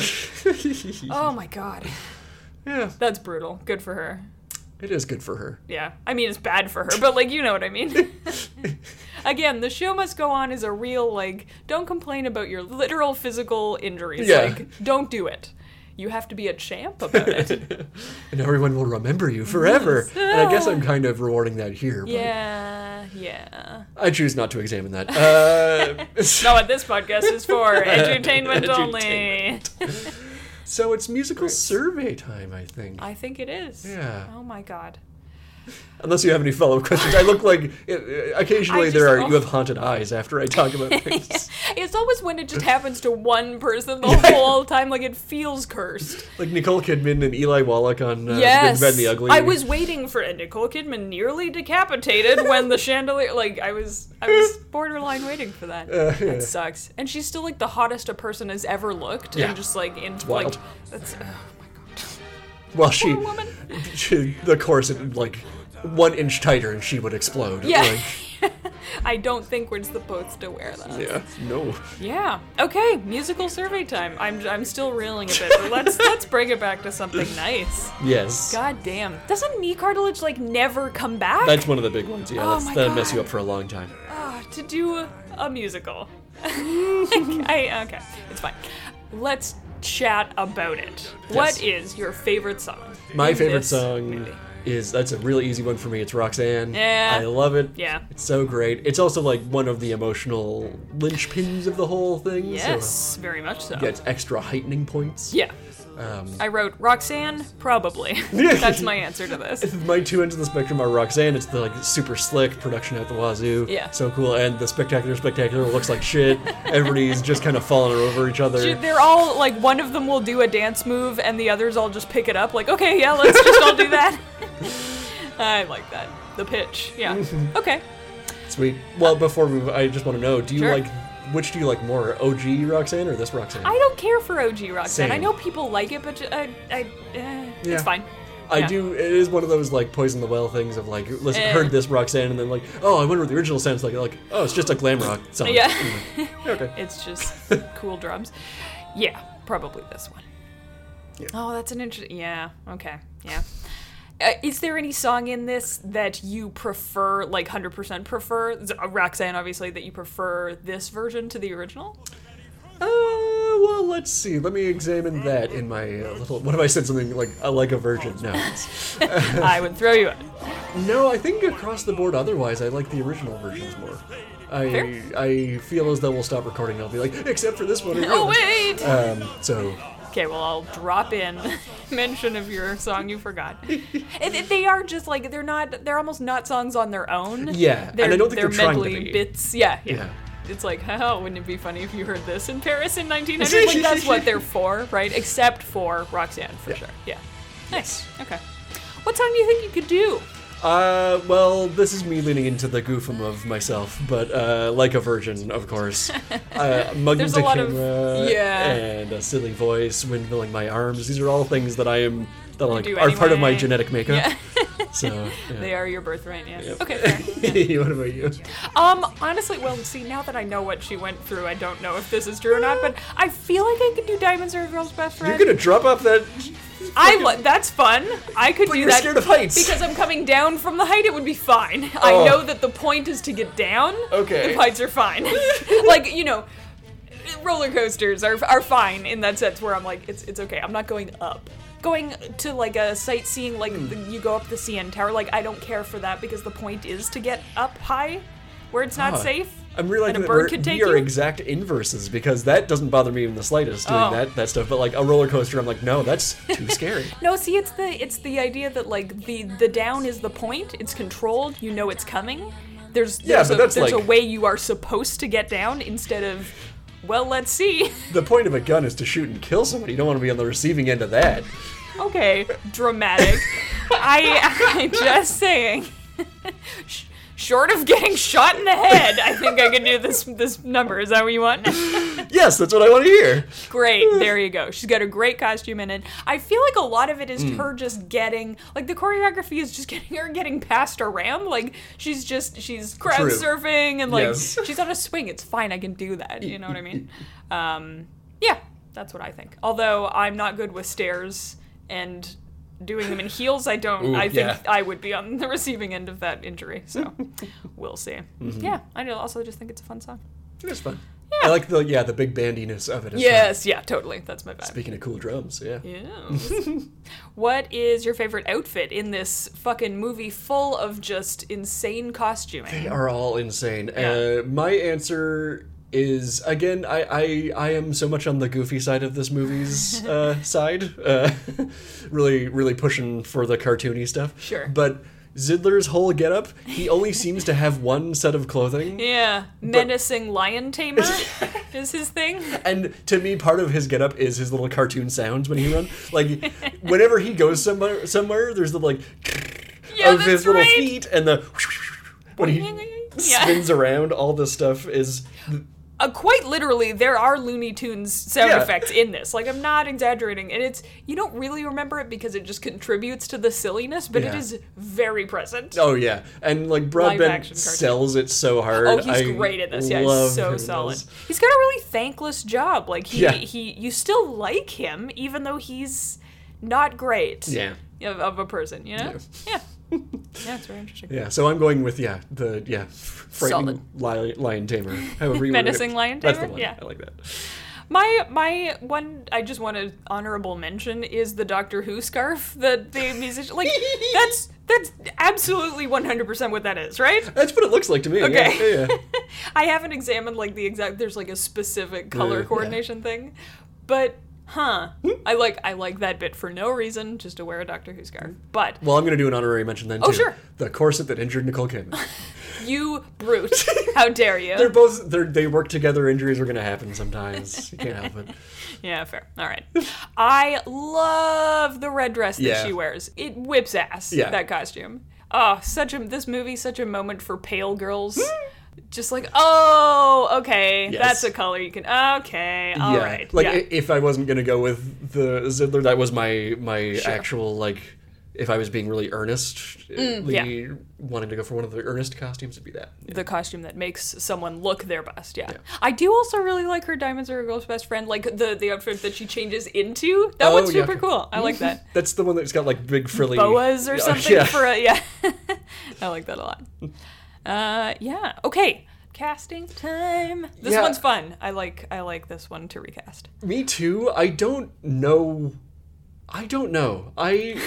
Speaker 2: oh my god,
Speaker 1: Yeah.
Speaker 2: that's brutal. Good for her.
Speaker 1: It is good for her.
Speaker 2: Yeah. I mean, it's bad for her, but like, you know what I (laughs) mean. Again, the show must go on is a real like, don't complain about your literal physical injuries.
Speaker 1: Yeah.
Speaker 2: Like, don't do it. You have to be a champ about it.
Speaker 1: (laughs) And everyone will remember you forever. And I guess I'm kind of rewarding that here, but
Speaker 2: (laughs) yeah, yeah.
Speaker 1: I choose not to examine that.
Speaker 2: (laughs)
Speaker 1: Uh,
Speaker 2: Not what this podcast is (laughs) for. Entertainment, only.
Speaker 1: so it's musical survey time, I think.
Speaker 2: I think it is.
Speaker 1: Yeah.
Speaker 2: Oh my god.
Speaker 1: Unless you have any follow up questions. I look like (laughs) occasionally
Speaker 2: I
Speaker 1: there
Speaker 2: just-
Speaker 1: are you have haunted eyes after I talk
Speaker 2: (laughs)
Speaker 1: about things.
Speaker 2: It's always when it just happens to one person (laughs) the whole time, like it feels cursed.
Speaker 1: Like Nicole Kidman and Eli Wallach on uh,
Speaker 2: yes.
Speaker 1: The Big Bad and the Ugly.
Speaker 2: I was waiting for and Nicole Kidman nearly decapitated when the chandelier like I was I was borderline waiting for that.
Speaker 1: Uh,
Speaker 2: That sucks. And she's still like the hottest a person has ever looked.
Speaker 1: Yeah.
Speaker 2: And just like in
Speaker 1: wild.
Speaker 2: like that's
Speaker 1: Well, she,
Speaker 2: poor woman.
Speaker 1: she the corset like one inch tighter and she would explode.
Speaker 2: Yeah.
Speaker 1: Like,
Speaker 2: (laughs) I don't think we're supposed to wear that.
Speaker 1: yeah. No.
Speaker 2: Yeah. Okay. Musical survey time. I'm I'm still reeling a bit,
Speaker 1: (laughs)
Speaker 2: but let's let's bring it back to something nice.
Speaker 1: Yes.
Speaker 2: God damn. Doesn't knee cartilage like never come back?
Speaker 1: That's one of the big ones. Yeah,
Speaker 2: Oh
Speaker 1: that's,
Speaker 2: my
Speaker 1: that'll
Speaker 2: God.
Speaker 1: mess you up for a long time.
Speaker 2: Ah, to do a, a musical. I okay. It's fine. Let's chat about it. What is your favorite song?
Speaker 1: My
Speaker 2: in
Speaker 1: favorite
Speaker 2: this
Speaker 1: song
Speaker 2: movie?
Speaker 1: is that's a really easy one for me. It's Roxanne.
Speaker 2: Yeah.
Speaker 1: I love it.
Speaker 2: Yeah.
Speaker 1: It's so great. It's also like one of the emotional linchpins of the whole thing. So,
Speaker 2: Yes, very much so.
Speaker 1: yeah, it's extra heightening points.
Speaker 2: Yeah.
Speaker 1: Um,
Speaker 2: I wrote Roxanne,
Speaker 1: (laughs)
Speaker 2: probably. That's my answer to this.
Speaker 1: My two ends of the spectrum are Roxanne. It's the like super slick production at the wazoo.
Speaker 2: Yeah.
Speaker 1: So cool. And the spectacular spectacular looks like shit. Everybody's just kind of falling over each other.
Speaker 2: Dude, they're all like one of them will do a dance move and the others all just pick it up like okay yeah let's just all do
Speaker 1: (laughs)
Speaker 2: that (laughs) i like that the pitch
Speaker 1: (laughs)
Speaker 2: yeah okay
Speaker 1: Sweet. Well, before we, I just want to know: Do you
Speaker 2: Sure.
Speaker 1: like which do you like more, OG Roxanne or this Roxanne?
Speaker 2: i don't care for og roxanne i
Speaker 1: Same.
Speaker 2: know people like it but ju- i, I eh,
Speaker 1: Yeah. (laughs)
Speaker 2: it's fine
Speaker 1: I
Speaker 2: yeah.
Speaker 1: do. It is one of those like poison the well things of like, listen,
Speaker 2: Eh.
Speaker 1: heard this Roxanne, and then like, oh, I wonder what the original sounds like. Like, oh, it's just a glam rock song.
Speaker 2: yeah
Speaker 1: Okay.
Speaker 2: it's just cool drums yeah probably this one oh that's an interesting yeah okay yeah uh, is there any song in this that you prefer like 100% prefer Z- uh, roxanne obviously that you prefer this version to
Speaker 1: (laughs)
Speaker 2: the original
Speaker 1: Uh, well, let's see. Let me examine that in my uh, little. What if I said something like, I like a virgin? No.
Speaker 2: i would throw you out
Speaker 1: No, I think across the board. Otherwise, I like the original versions more. I I feel as though we'll stop recording. and I'll be like, except for this one. I
Speaker 2: oh
Speaker 1: realized."
Speaker 2: wait
Speaker 1: Um. So
Speaker 2: Okay, well, I'll drop in (laughs) mention of your song you
Speaker 1: (laughs)
Speaker 2: forgot. And th- they are just like they're not they're almost not songs on their own.
Speaker 1: Yeah, and
Speaker 2: they're,
Speaker 1: I don't think
Speaker 2: they're,
Speaker 1: they're trying to
Speaker 2: medley
Speaker 1: be.
Speaker 2: bits. Yeah, yeah.
Speaker 1: Yeah.
Speaker 2: It's like, (laughs) oh, wouldn't it be funny if you heard this in Paris
Speaker 1: (laughs)
Speaker 2: in 1900? like that's what they're for, right? Except for Roxanne, for sure. Yeah. Nice. Okay. What song do you think you could do?
Speaker 1: Uh, well, this is me leaning into the goofum of myself, but uh, like a virgin, of
Speaker 2: (laughs)
Speaker 1: course. Uh, mugging
Speaker 2: There's
Speaker 1: the
Speaker 2: a lot of-
Speaker 1: camera,
Speaker 2: yeah.
Speaker 1: and a silly voice, windmilling my arms. These are all things that I am that like
Speaker 2: do
Speaker 1: are part of my
Speaker 2: anyway.
Speaker 1: genetic makeup. So yeah.
Speaker 2: They are your birthright, yeah. Okay,
Speaker 1: (laughs)
Speaker 2: fair.
Speaker 1: what about you?
Speaker 2: Um, honestly, well, see, now that I know what she went through, I don't know if this is true or not, but I feel like I could do Diamonds Are a Girl's Best Friend.
Speaker 1: You're gonna drop off that.
Speaker 2: I lo- that's fun. I could
Speaker 1: But
Speaker 2: do
Speaker 1: you're
Speaker 2: that
Speaker 1: scared of heights.
Speaker 2: because I'm coming down from the height. It would be fine. I
Speaker 1: Oh.
Speaker 2: know that the point is to get down.
Speaker 1: Okay.
Speaker 2: the heights
Speaker 1: (laughs)
Speaker 2: are fine. like you know, roller coasters are are fine in that sense. Where I'm like, it's it's okay. I'm not going up. Going to like a sightseeing, like
Speaker 1: Hmm.
Speaker 2: the, you go up the CN Tower. Like I don't care for that because the point is to get up high, where it's not
Speaker 1: Ah,
Speaker 2: safe.
Speaker 1: I'm realizing
Speaker 2: and a
Speaker 1: that
Speaker 2: bird
Speaker 1: we're,
Speaker 2: could take
Speaker 1: we are
Speaker 2: you.
Speaker 1: exact inverses because that doesn't bother me in the slightest doing
Speaker 2: Oh.
Speaker 1: that that stuff. But like a roller coaster, I'm like, no, that's
Speaker 2: (laughs)
Speaker 1: too scary.
Speaker 2: No, see, it's the it's the idea that like the the down is the point. It's controlled. You know it's coming. There's
Speaker 1: Yeah,
Speaker 2: there's,
Speaker 1: but
Speaker 2: a,
Speaker 1: that's
Speaker 2: there's
Speaker 1: like-
Speaker 2: a way you are supposed to get down instead of well, let's see. (laughs)
Speaker 1: the point of a gun is to shoot and kill somebody. You don't want to be on the receiving end of that.
Speaker 2: okay, dramatic. I I just saying. (laughs) Sh- Short of getting shot in the head, I think I can do this this number. Is that what you want? (laughs)
Speaker 1: Yes, that's what I want to hear. (laughs)
Speaker 2: great. There you go. She's got a great costume in it. I feel like a lot of it
Speaker 1: Mm.
Speaker 2: is her just getting like the choreography is just (laughs) getting her getting passed around. Like she's just she's crowd
Speaker 1: True.
Speaker 2: surfing and like
Speaker 1: Yes.
Speaker 2: she's on a swing. It's fine. I can do that. You know what
Speaker 1: (laughs)
Speaker 2: I mean? Um, yeah, that's what I think. Although I'm not good with stairs and
Speaker 1: (laughs)
Speaker 2: doing them in heels, I don't.
Speaker 1: Ooh,
Speaker 2: I think
Speaker 1: yeah.
Speaker 2: I would be on the receiving end of that injury.
Speaker 1: (laughs)
Speaker 2: So we'll see.
Speaker 1: Mm-hmm.
Speaker 2: Yeah, I do- also just think it's a fun song.
Speaker 1: It is fun. I like the yeah the big bandiness of it. As Well.
Speaker 2: Yes, yeah, totally. That's my vibe.
Speaker 1: Speaking of cool drums, yeah.
Speaker 2: Yes. (laughs) what is your favorite outfit in this fucking movie full of just insane
Speaker 1: They (laughs)
Speaker 2: costuming?
Speaker 1: are all insane.
Speaker 2: Yeah.
Speaker 1: Uh, my answer is again, I, I I am so much on the goofy side of this
Speaker 2: (laughs)
Speaker 1: movie's uh, side. Uh, (laughs) really, really pushing for the cartoony stuff.
Speaker 2: Sure.
Speaker 1: But Zidler's whole getup, he
Speaker 2: (laughs)
Speaker 1: only seems to have one set of clothing.
Speaker 2: Yeah, menacing
Speaker 1: (laughs)
Speaker 2: lion tamer is his thing.
Speaker 1: And to me, part of his getup is his little cartoon sounds when he runs. Like, whenever he goes somewhere, somewhere, there's the like
Speaker 2: Yeah,
Speaker 1: of his
Speaker 2: that's
Speaker 1: little
Speaker 2: right.
Speaker 1: feet and the when he
Speaker 2: Yeah.
Speaker 1: spins around. All this stuff is
Speaker 2: Uh, quite literally, there are Looney Tunes sound
Speaker 1: Yeah.
Speaker 2: effects in this. Like, I'm not exaggerating, and it's you don't really remember it because it just contributes to the silliness, but it
Speaker 1: Yeah.
Speaker 2: is very present.
Speaker 1: Oh yeah, and like
Speaker 2: action
Speaker 1: Broadbent
Speaker 2: cartoon.
Speaker 1: sells it so hard.
Speaker 2: Oh, he's
Speaker 1: I
Speaker 2: great at this. Yeah,
Speaker 1: love
Speaker 2: he's
Speaker 1: him
Speaker 2: so
Speaker 1: in
Speaker 2: solid.
Speaker 1: this.
Speaker 2: He's got a really thankless job. Like he,
Speaker 1: Yeah.
Speaker 2: he, you still like him even though he's not great.
Speaker 1: Yeah.
Speaker 2: Of, of a person, you know. Yeah.
Speaker 1: (laughs)
Speaker 2: Yeah, it's very interesting.
Speaker 1: Yeah, so I'm going with yeah the yeah frightening lion, lion tamer. However, you wanna-
Speaker 2: Menacing lion
Speaker 1: That's
Speaker 2: tamer?
Speaker 1: the one.
Speaker 2: Yeah.
Speaker 1: I like that.
Speaker 2: My my one I just want to honorable mention is the Doctor Who scarf that the musician
Speaker 1: (laughs)
Speaker 2: like that's that's absolutely 100% what that is, right? (laughs)
Speaker 1: That's what it looks like to me.
Speaker 2: Okay.
Speaker 1: Yeah, yeah, yeah.
Speaker 2: I haven't examined like the exact. There's like a specific
Speaker 1: Yeah,
Speaker 2: color
Speaker 1: yeah. Hmm?
Speaker 2: coordination thing, but huh? I like I like that bit for no reason, just to wear a Doctor Who scarf. But
Speaker 1: Hmm. Well, I'm gonna do an honorary mention then.
Speaker 2: Oh,
Speaker 1: too.
Speaker 2: sure.
Speaker 1: The corset that injured Nicole Kidman.
Speaker 2: you brute, how dare
Speaker 1: (laughs) They're
Speaker 2: you?
Speaker 1: both they're, they work together. Injuries are gonna happen sometimes. You can't help it.
Speaker 2: Yeah, fair. All right. (laughs) I love the red dress that
Speaker 1: Yeah.
Speaker 2: she wears. It whips ass.
Speaker 1: Yeah.
Speaker 2: That costume. Oh, such a this movie, such a moment for pale girls. Just like, oh, okay,
Speaker 1: Hmm. Yes.
Speaker 2: that's a color you can. Okay, all right.
Speaker 1: yeah. Like
Speaker 2: yeah.
Speaker 1: i- if I wasn't gonna go with the Zidler, that was my my actual like. If I was being really earnest,
Speaker 2: Mm,
Speaker 1: uh,
Speaker 2: yeah.
Speaker 1: wanting to go for one of the earnest costumes, it'd be that.
Speaker 2: the costume that makes someone look their best. Yeah. I do also really like her diamonds are a girl's best friend, like the the outfit that she changes into. That
Speaker 1: Oh,
Speaker 2: one's
Speaker 1: yeah,
Speaker 2: super
Speaker 1: okay.
Speaker 2: cool. I like
Speaker 1: (laughs)
Speaker 2: that.
Speaker 1: That's the one that's got like big frilly
Speaker 2: Boas or
Speaker 1: Yeah, (laughs)
Speaker 2: something
Speaker 1: yeah.
Speaker 2: for a yeah. (laughs) I like that a lot. Uh yeah. Okay. Casting time. This
Speaker 1: Yeah.
Speaker 2: one's fun. I like I like this one to recast.
Speaker 1: Me too. I don't know. I don't know.
Speaker 2: (laughs)
Speaker 1: I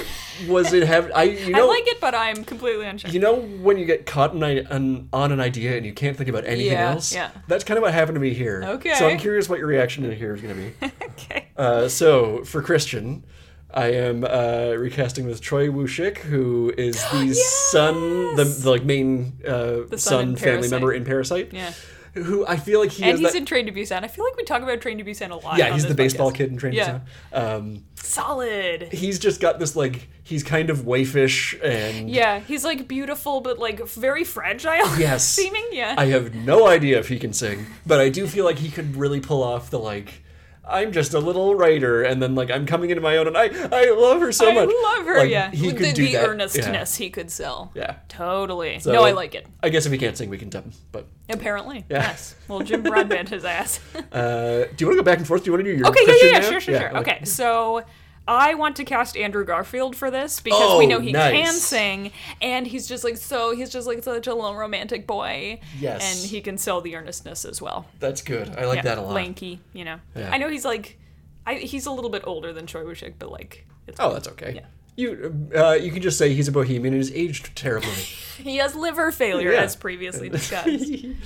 Speaker 1: was in heaven. I you know
Speaker 2: I like it, but I'm completely unsure.
Speaker 1: you know when you get caught in an, an, on an idea and you can't think about anything
Speaker 2: Yeah,
Speaker 1: else.
Speaker 2: yeah.
Speaker 1: That's kind of what happened to me here.
Speaker 2: Okay.
Speaker 1: So I'm curious what your reaction to here is going to be.
Speaker 2: (laughs) okay.
Speaker 1: Uh, so for Christian, I am uh, recasting with Troy Wushik, who
Speaker 2: (gasps)
Speaker 1: is the son, the, the like main uh,
Speaker 2: The son
Speaker 1: son,
Speaker 2: in
Speaker 1: family
Speaker 2: Parasite.
Speaker 1: member in Parasite.
Speaker 2: Yeah.
Speaker 1: Who I feel like he
Speaker 2: And
Speaker 1: is
Speaker 2: he's
Speaker 1: that-
Speaker 2: in Train to Busan. I feel like we talk about Train to Busan a lot.
Speaker 1: yeah
Speaker 2: on
Speaker 1: he's
Speaker 2: this
Speaker 1: the baseball
Speaker 2: podcast.
Speaker 1: kid in Train to
Speaker 2: Yeah.
Speaker 1: Busan. Um,
Speaker 2: Solid.
Speaker 1: he's just got this like he's kind of waifish and
Speaker 2: Yeah, he's like beautiful, but like very fragile. (laughs)
Speaker 1: yes
Speaker 2: seeming. Yeah.
Speaker 1: i have no idea if he can sing but i do feel like he could really pull off the like i'm just a little writer and then like i'm coming into my own and i i love her so
Speaker 2: I
Speaker 1: much
Speaker 2: love her.
Speaker 1: Like,
Speaker 2: yeah,
Speaker 1: he
Speaker 2: With
Speaker 1: could
Speaker 2: the,
Speaker 1: do
Speaker 2: the
Speaker 1: that.
Speaker 2: earnestness he could sell.
Speaker 1: yeah, yeah.
Speaker 2: Totally.
Speaker 1: So-
Speaker 2: no, I like it.
Speaker 1: I guess if he can't sing, we can dub him. But
Speaker 2: Apparently,
Speaker 1: Yeah.
Speaker 2: yes. Well, Jim Broadbent his ass.
Speaker 1: uh, do you want to go back and forth? Do Oh, you want to do your
Speaker 2: okay, yeah,
Speaker 1: Christian
Speaker 2: yeah, yeah,
Speaker 1: now?
Speaker 2: sure, sure,
Speaker 1: Yeah,
Speaker 2: sure.
Speaker 1: like-
Speaker 2: okay, so I want to cast Andrew Garfield for this because we
Speaker 1: Oh,
Speaker 2: know he
Speaker 1: nice.
Speaker 2: can sing, and he's just like so. He's just like such a little romantic boy.
Speaker 1: Yes.
Speaker 2: and he can sell the earnestness as well.
Speaker 1: that's good. I like
Speaker 2: Yeah,
Speaker 1: that a lot.
Speaker 2: Lanky, you know.
Speaker 1: Yeah.
Speaker 2: I know he's like, I, he's a little bit older than Troy Wushik, but like, it's
Speaker 1: Oh, that's okay.
Speaker 2: Yeah.
Speaker 1: You uh, you can just say he's a bohemian and is aged
Speaker 2: (laughs)
Speaker 1: terribly.
Speaker 2: He has liver failure,
Speaker 1: Yeah.
Speaker 2: as previously discussed.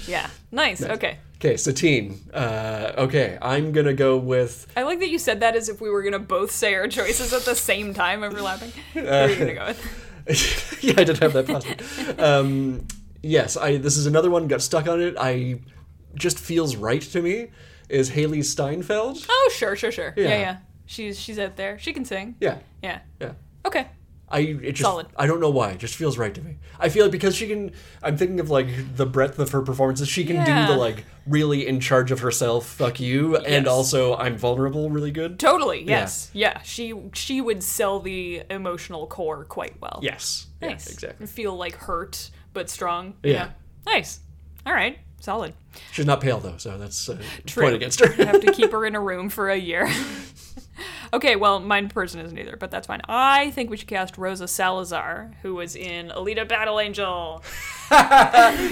Speaker 2: yeah. Nice. Okay.
Speaker 1: (laughs) okay, Satine. Uh, okay, I'm gonna go with
Speaker 2: I like that you said that as if we were going to both say our choices at the same time, overlapping.
Speaker 1: Uh,
Speaker 2: Who are you going to go with?
Speaker 1: (laughs) yeah, I did have that plastic. um, yes, I. This is another one. Got stuck on it. I just feels right to me. Is Haley Steinfeld?
Speaker 2: Oh, sure, sure, sure. Yeah, yeah.
Speaker 1: Yeah.
Speaker 2: She's she's out there. She can sing.
Speaker 1: Yeah,
Speaker 2: Yeah.
Speaker 1: yeah.
Speaker 2: Okay.
Speaker 1: I it just
Speaker 2: Solid.
Speaker 1: I don't know why. It just feels right to me. I feel like because she can. I'm thinking of like the breadth of her performances. She can
Speaker 2: Yeah.
Speaker 1: do the like really in charge of herself. Fuck you, and
Speaker 2: Yes.
Speaker 1: also I'm vulnerable. Really good.
Speaker 2: Totally. Yes. Yeah. She she would sell the emotional core quite well.
Speaker 1: Yes.
Speaker 2: Nice.
Speaker 1: Yeah, exactly.
Speaker 2: Feel like hurt but strong.
Speaker 1: Yeah.
Speaker 2: Nice. All right. Solid.
Speaker 1: She's not pale though, so that's uh,
Speaker 2: True.
Speaker 1: point against her. (laughs)
Speaker 2: have to keep her in a room for a year. (laughs) Okay, well, mine person isn't either, but that's fine. I think we should cast Rosa Salazar, who was in Alita Battle Angel.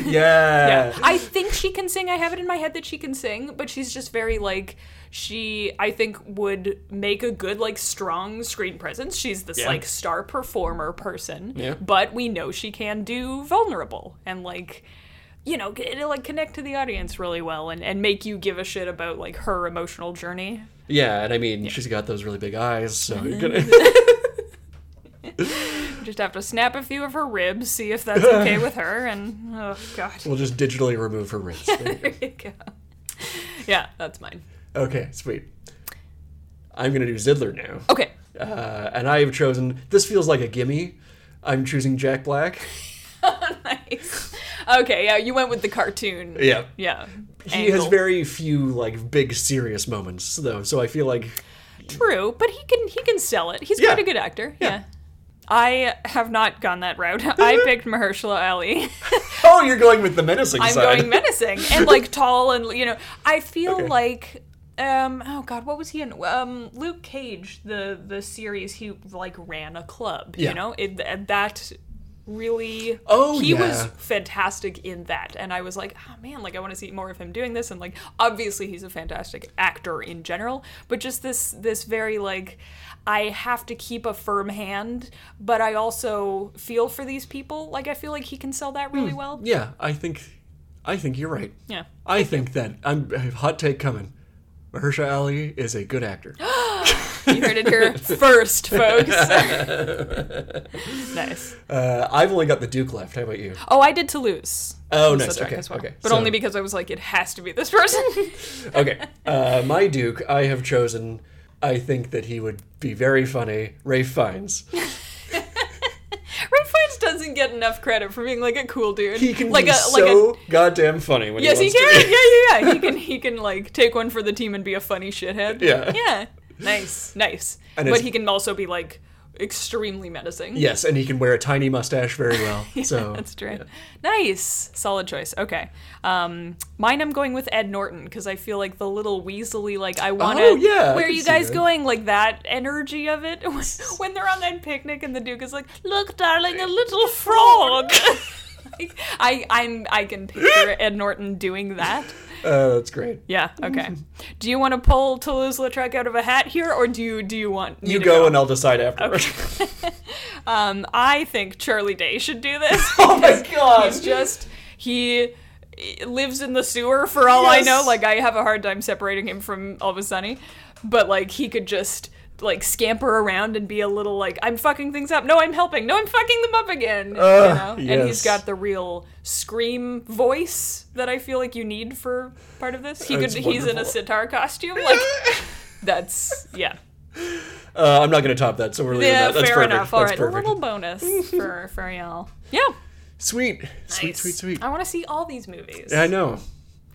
Speaker 1: Yeah.
Speaker 2: I think she can sing. I have it in my head that she can sing, but she's just very like she I think would make a good like strong screen presence. She's this
Speaker 1: Yeah.
Speaker 2: like star performer person,
Speaker 1: Yeah.
Speaker 2: but we know she can do vulnerable and like you know, it'll like connect to the audience really well and, and make you give a shit about like her emotional journey.
Speaker 1: Yeah, and I mean, she's got those really big eyes, so
Speaker 2: Mm-hmm.
Speaker 1: you're gonna.
Speaker 2: Just have to snap a few of her ribs, see if
Speaker 1: (laughs)
Speaker 2: that's okay with her, and oh god, (laughs)
Speaker 1: we'll just digitally remove her wrist.
Speaker 2: there you go. Yeah, that's mine.
Speaker 1: okay, sweet. I'm gonna do Zidler now,
Speaker 2: Okay,
Speaker 1: uh, and I have chosen. This feels like a gimme. I'm choosing Jack Black.
Speaker 2: nice. Okay, yeah, you went with the cartoon.
Speaker 1: Yeah.
Speaker 2: Yeah.
Speaker 1: He has
Speaker 2: angle.
Speaker 1: very few like big serious moments though, so I feel like
Speaker 2: true, but he can he can sell it. He's
Speaker 1: Yeah.
Speaker 2: quite a good actor. Yeah. I have not gone that route. (laughs) I picked Mahershala Ali.
Speaker 1: (laughs) oh, you're going with the menacing
Speaker 2: I'm
Speaker 1: side. (laughs)
Speaker 2: going menacing and like tall and you know. I feel
Speaker 1: Okay.
Speaker 2: like um oh god, what was he in? Um Luke Cage, the the series he like ran a club,
Speaker 1: Yeah.
Speaker 2: you know? It and that really
Speaker 1: Oh,
Speaker 2: he was
Speaker 1: yeah.
Speaker 2: fantastic in that and i was like oh man like i want to see more of him doing this and like obviously he's a fantastic actor in general but just this this very like i have to keep a firm hand but i also feel for these people like i feel like he can sell that really well
Speaker 1: Hmm. yeah, I think I think you're right.
Speaker 2: yeah
Speaker 1: I think that I'm I have hot take coming. Mahershala Ali is a good
Speaker 2: (gasps)
Speaker 1: actor.
Speaker 2: You heard it (laughs) here first, folks. (laughs) nice.
Speaker 1: Uh, I've only got the Duke left. How about you?
Speaker 2: Oh, I did Toulouse.
Speaker 1: Oh,
Speaker 2: Also
Speaker 1: nice.
Speaker 2: Jack
Speaker 1: Okay,
Speaker 2: as well.
Speaker 1: okay.
Speaker 2: But
Speaker 1: So-
Speaker 2: only because I was like, it has to be this (laughs) person.
Speaker 1: Okay, uh, my Duke, I have chosen. I think that he would be very funny. Ray Fiennes.
Speaker 2: Ray Fiennes doesn't get enough credit for being like a cool dude.
Speaker 1: He can
Speaker 2: like
Speaker 1: be
Speaker 2: a
Speaker 1: so
Speaker 2: like a
Speaker 1: goddamn funny when
Speaker 2: Yes,
Speaker 1: he
Speaker 2: he
Speaker 1: wants
Speaker 2: can.
Speaker 1: to.
Speaker 2: Yeah,
Speaker 1: (laughs)
Speaker 2: yeah, yeah. He can he can like take one for the team and be a funny shithead.
Speaker 1: Yeah.
Speaker 2: Yeah. Nice. Nice.
Speaker 1: And
Speaker 2: but
Speaker 1: it's-
Speaker 2: he can also be like extremely menacing.
Speaker 1: Yes, and he can wear a tiny mustache very
Speaker 2: (laughs)
Speaker 1: well. so
Speaker 2: That's true. Nice. Solid choice. Okay. Um, mine, I'm going with Ed Norton because I feel like the little weaselly, like, I want to.
Speaker 1: Oh, yeah, I
Speaker 2: Where are
Speaker 1: can
Speaker 2: you
Speaker 1: see
Speaker 2: guys
Speaker 1: that.
Speaker 2: going? Like, that energy of it (laughs) when, when they're on that picnic and the Duke is like, look, darling, a little frog. (laughs) Like, I, I'm, I
Speaker 1: (laughs)
Speaker 2: can picture Ed Norton doing that.
Speaker 1: uh, that's great.
Speaker 2: Yeah.
Speaker 1: (laughs)
Speaker 2: Okay. Do you want to pull Toulouse-Lautrec out of a hat here, or do you do you want me
Speaker 1: You
Speaker 2: to
Speaker 1: go, and I'll decide afterwards. (laughs)
Speaker 2: um, I think Charlie Day should do this.
Speaker 1: (laughs) Oh my
Speaker 2: because
Speaker 1: God.
Speaker 2: He's just he lives in the sewer for all I know.
Speaker 1: Yes.
Speaker 2: Like I have a hard time separating him from Always Sunny, but like he could just like scamper around and be a little like I'm fucking things up. No, I'm helping. No, I'm fucking them up again. you know? And
Speaker 1: yes.
Speaker 2: he's got the real scream voice that I feel like you need for part of this. He could.
Speaker 1: It's
Speaker 2: He's in a
Speaker 1: wonderful.
Speaker 2: sitar costume.
Speaker 1: (laughs)
Speaker 2: Like that's yeah.
Speaker 1: Uh, I'm not going to top that, so we're leaving
Speaker 2: Yeah,
Speaker 1: that. That's
Speaker 2: fair
Speaker 1: perfect.
Speaker 2: enough. All
Speaker 1: That's
Speaker 2: right,
Speaker 1: perfect.
Speaker 2: a little bonus for for
Speaker 1: (laughs)
Speaker 2: y'all. Yeah,
Speaker 1: Sweet, sweet,
Speaker 2: Nice.
Speaker 1: sweet, sweet.
Speaker 2: I want to see all these movies.
Speaker 1: I know.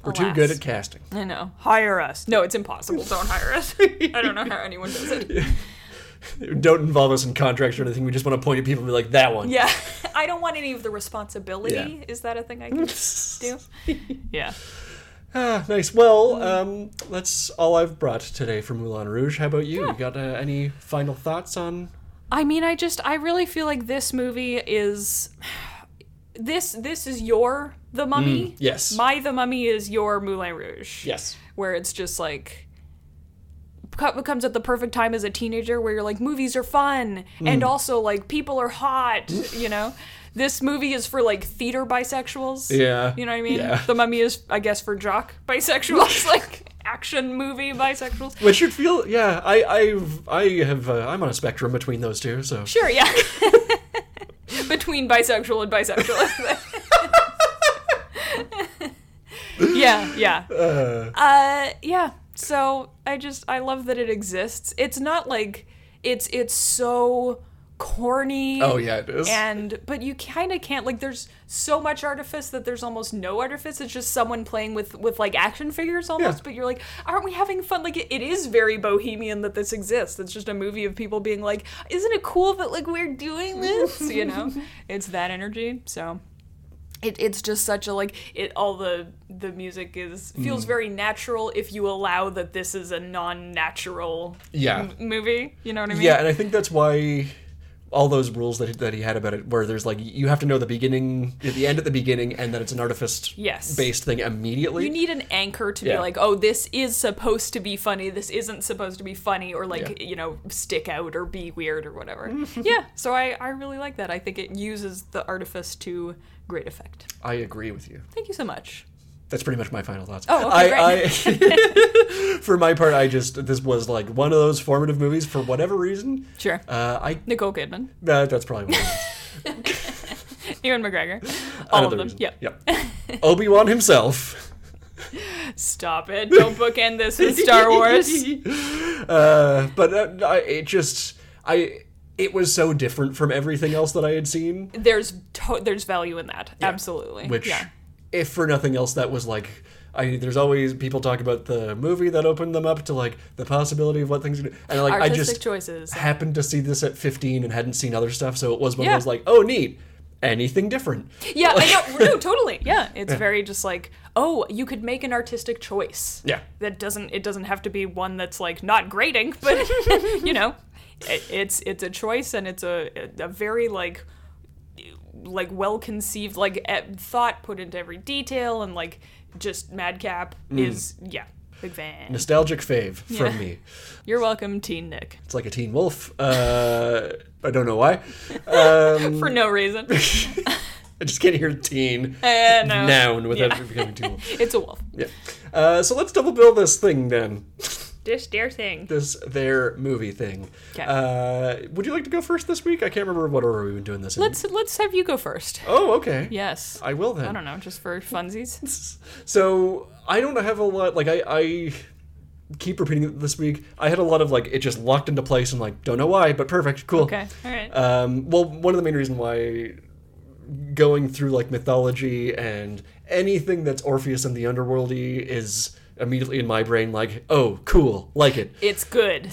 Speaker 1: We're too good
Speaker 2: Alas.
Speaker 1: at casting.
Speaker 2: (laughs) I know. Hire us. No, it's impossible. Don't hire (laughs) us. I don't know how anyone does it.
Speaker 1: Don't involve us in contracts or anything. We just want to point at people and be like, that (laughs) one.
Speaker 2: Yeah, I don't want any of the responsibility. Is that a thing I (laughs) can do? Yeah.
Speaker 1: Ah, nice. Well, um, that's all I've brought today for Moulin Rouge. How about you? You got uh, any final thoughts on?
Speaker 2: I mean, I just I really feel like this movie is (sighs) this this is your The Mummy.
Speaker 1: Mm, Yes.
Speaker 2: My The Mummy is your Moulin Rouge.
Speaker 1: yes.
Speaker 2: where it's just like co- comes at the perfect time as a teenager where you're like movies are fun
Speaker 1: Mm.
Speaker 2: and also like people are hot you know this movie is for like theater bisexuals
Speaker 1: Yeah.
Speaker 2: you know what i mean
Speaker 1: Yeah.
Speaker 2: the mummy is i guess for jock bisexuals (laughs) like action movie bisexuals
Speaker 1: Which should feel, yeah. I, I've, I have, uh, I'm on a spectrum between those two. So
Speaker 2: sure yeah (laughs) between bisexual and bisexual (laughs) yeah yeah uh yeah so i just i love that it exists it's not like it's it's so corny
Speaker 1: Oh yeah, it is.
Speaker 2: and but you kind of can't like there's so much artifice that there's almost no artifice it's just someone playing with with like action figures almost
Speaker 1: Yeah.
Speaker 2: but you're like aren't we having fun like it, it is very bohemian that this exists it's just a movie of people being like
Speaker 1: (laughs)
Speaker 2: isn't it cool that like we're doing this you know it's that energy so it, it's just such a like it all the the music is
Speaker 1: Mm.
Speaker 2: feels very natural if you allow that this is a non-natural
Speaker 1: Yeah.
Speaker 2: m- movie you know what i mean
Speaker 1: Yeah, and I think that's why all those rules that he, that he had about it, where there's like you have to know the beginning, the end at the beginning, and that it's an artifice
Speaker 2: Yes.
Speaker 1: based thing immediately.
Speaker 2: you need an anchor to
Speaker 1: Yeah.
Speaker 2: be like oh this is supposed to be funny this isn't supposed to be funny or like
Speaker 1: Yeah.
Speaker 2: you know stick out or be weird or
Speaker 1: (laughs)
Speaker 2: whatever yeah so i i really like that i think it uses the artifice to great effect
Speaker 1: I agree with you.
Speaker 2: thank you so much
Speaker 1: That's pretty much my final thoughts.
Speaker 2: Oh, okay,
Speaker 1: I, I,
Speaker 2: (laughs)
Speaker 1: (laughs) for my part, I just this was like one of those formative movies for whatever reason.
Speaker 2: sure
Speaker 1: Uh, I
Speaker 2: nicole kidman (laughs)
Speaker 1: uh, that's probably one of (laughs)
Speaker 2: ewan mcgregor (laughs) all of
Speaker 1: another
Speaker 2: them
Speaker 1: reason.
Speaker 2: yeah
Speaker 1: Yep. Obi Wan himself.
Speaker 2: (laughs) stop
Speaker 1: (laughs)
Speaker 2: it don't bookend this with star wars
Speaker 1: uh, but uh, I, it just I it was so different from everything else that I had seen.
Speaker 2: there's to- there's value in that absolutely
Speaker 1: Which,
Speaker 2: yeah
Speaker 1: if for nothing else, that was like. I, there's always people talk about the movie that opened them up to like the possibility of what things could- and like I
Speaker 2: artistic
Speaker 1: just (laughs)
Speaker 2: choices
Speaker 1: happened to see this at 15 and hadn't seen other stuff so it was one of
Speaker 2: Yeah.
Speaker 1: those like oh neat anything different
Speaker 2: yeah I
Speaker 1: (laughs)
Speaker 2: know, no totally yeah it's very just like oh you could make an artistic choice
Speaker 1: Yeah.
Speaker 2: that doesn't it doesn't have to be one that's like not grading (laughs) but you know it, it's it's a choice and it's a a very like like well conceived like e- thought put into every detail and like just madcap
Speaker 1: Mm.
Speaker 2: is yeah big fan
Speaker 1: nostalgic fave from me
Speaker 2: you're welcome teen nick
Speaker 1: it's like a teen wolf uh, i don't know why Mm.
Speaker 2: for
Speaker 1: (laughs)
Speaker 2: no reason (laughs)
Speaker 1: i just can't hear teen
Speaker 2: Eh, no.
Speaker 1: noun without it becoming teen wolf
Speaker 2: it's a wolf
Speaker 1: yeah uh, so let's double bill this thing then
Speaker 2: This dare thing.
Speaker 1: this their movie thing
Speaker 2: 'Kay.
Speaker 1: uh, would you like to go first this week i can't remember what order we've been doing this in.
Speaker 2: Let's let's have you go first.
Speaker 1: oh okay
Speaker 2: Yes. I,
Speaker 1: i will then
Speaker 2: don't know, just
Speaker 1: (laughs)
Speaker 2: for funsies.
Speaker 1: So I don't have a lot. Like I, I keep repeating it this week. I had a lot of like it just locked into place and like don't know why, but perfect, cool.
Speaker 2: Okay. All right.
Speaker 1: Um, well, one of the main reasons why going through like mythology and anything that's Orpheus and the underworldy is immediately in my brain like oh cool like it.
Speaker 2: it's good.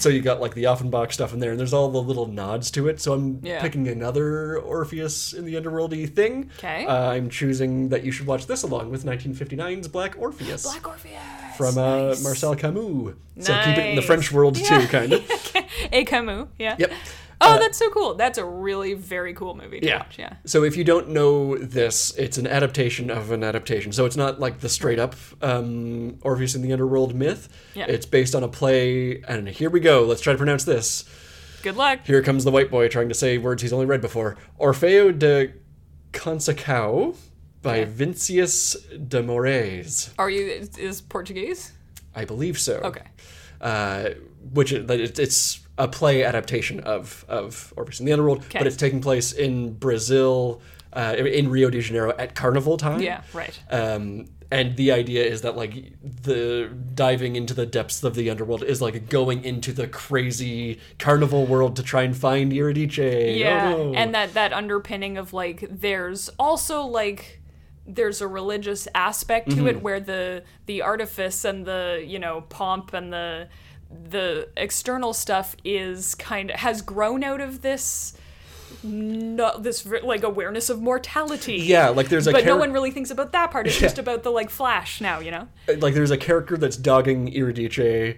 Speaker 1: (laughs) So you got like the Offenbach stuff in there, and there's all the little nods to it. So I'm
Speaker 2: Yeah.
Speaker 1: picking another Orpheus in the Underworldy thing.
Speaker 2: 'Kay.
Speaker 1: Uh, I'm choosing that you should watch this along with 1959's Black Orpheus
Speaker 2: Black Orpheus.
Speaker 1: from uh, Marcel Camus. So keep it in the
Speaker 2: Nice.
Speaker 1: French world too,
Speaker 2: Yeah.
Speaker 1: kind
Speaker 2: (laughs)
Speaker 1: of.
Speaker 2: A Camus. Yeah.
Speaker 1: Yep. Uh,
Speaker 2: Oh, that's so cool. That's a really very cool movie to
Speaker 1: Yeah.
Speaker 2: watch. Yeah.
Speaker 1: So if you don't know this, it's an adaptation of an adaptation. So it's not like the straight up um, Orpheus in the Underworld myth.
Speaker 2: Yeah.
Speaker 1: It's based on a play, and here we go. Let's try to pronounce this.
Speaker 2: Good luck.
Speaker 1: Here comes the white boy trying to say words he's only read before. Orfeo de Consacao by Vincius de Moraes.
Speaker 2: Are you is, is Portuguese?
Speaker 1: I believe so.
Speaker 2: Okay.
Speaker 1: Uh, which is, that it- it's a play adaptation of, of Orpheus in the Underworld, but it's taking place in Brazil, uh, in Rio de Janeiro at carnival time.
Speaker 2: Yeah, right.
Speaker 1: Um, and the idea is that like the diving into the depths of the underworld is like going into the crazy carnival world to try and find Eurydice.
Speaker 2: yeah.
Speaker 1: Oh, no.
Speaker 2: And that that underpinning of like there's also like there's a religious aspect to
Speaker 1: Mm-hmm.
Speaker 2: it where the the artifice and the you know pomp and the the external stuff is kind of has grown out of this no this like awareness of mortality
Speaker 1: yeah, like there's a
Speaker 2: but no
Speaker 1: charac-
Speaker 2: one really thinks about that part it's just about the like flash now you know
Speaker 1: like there's a character that's dogging Eurydice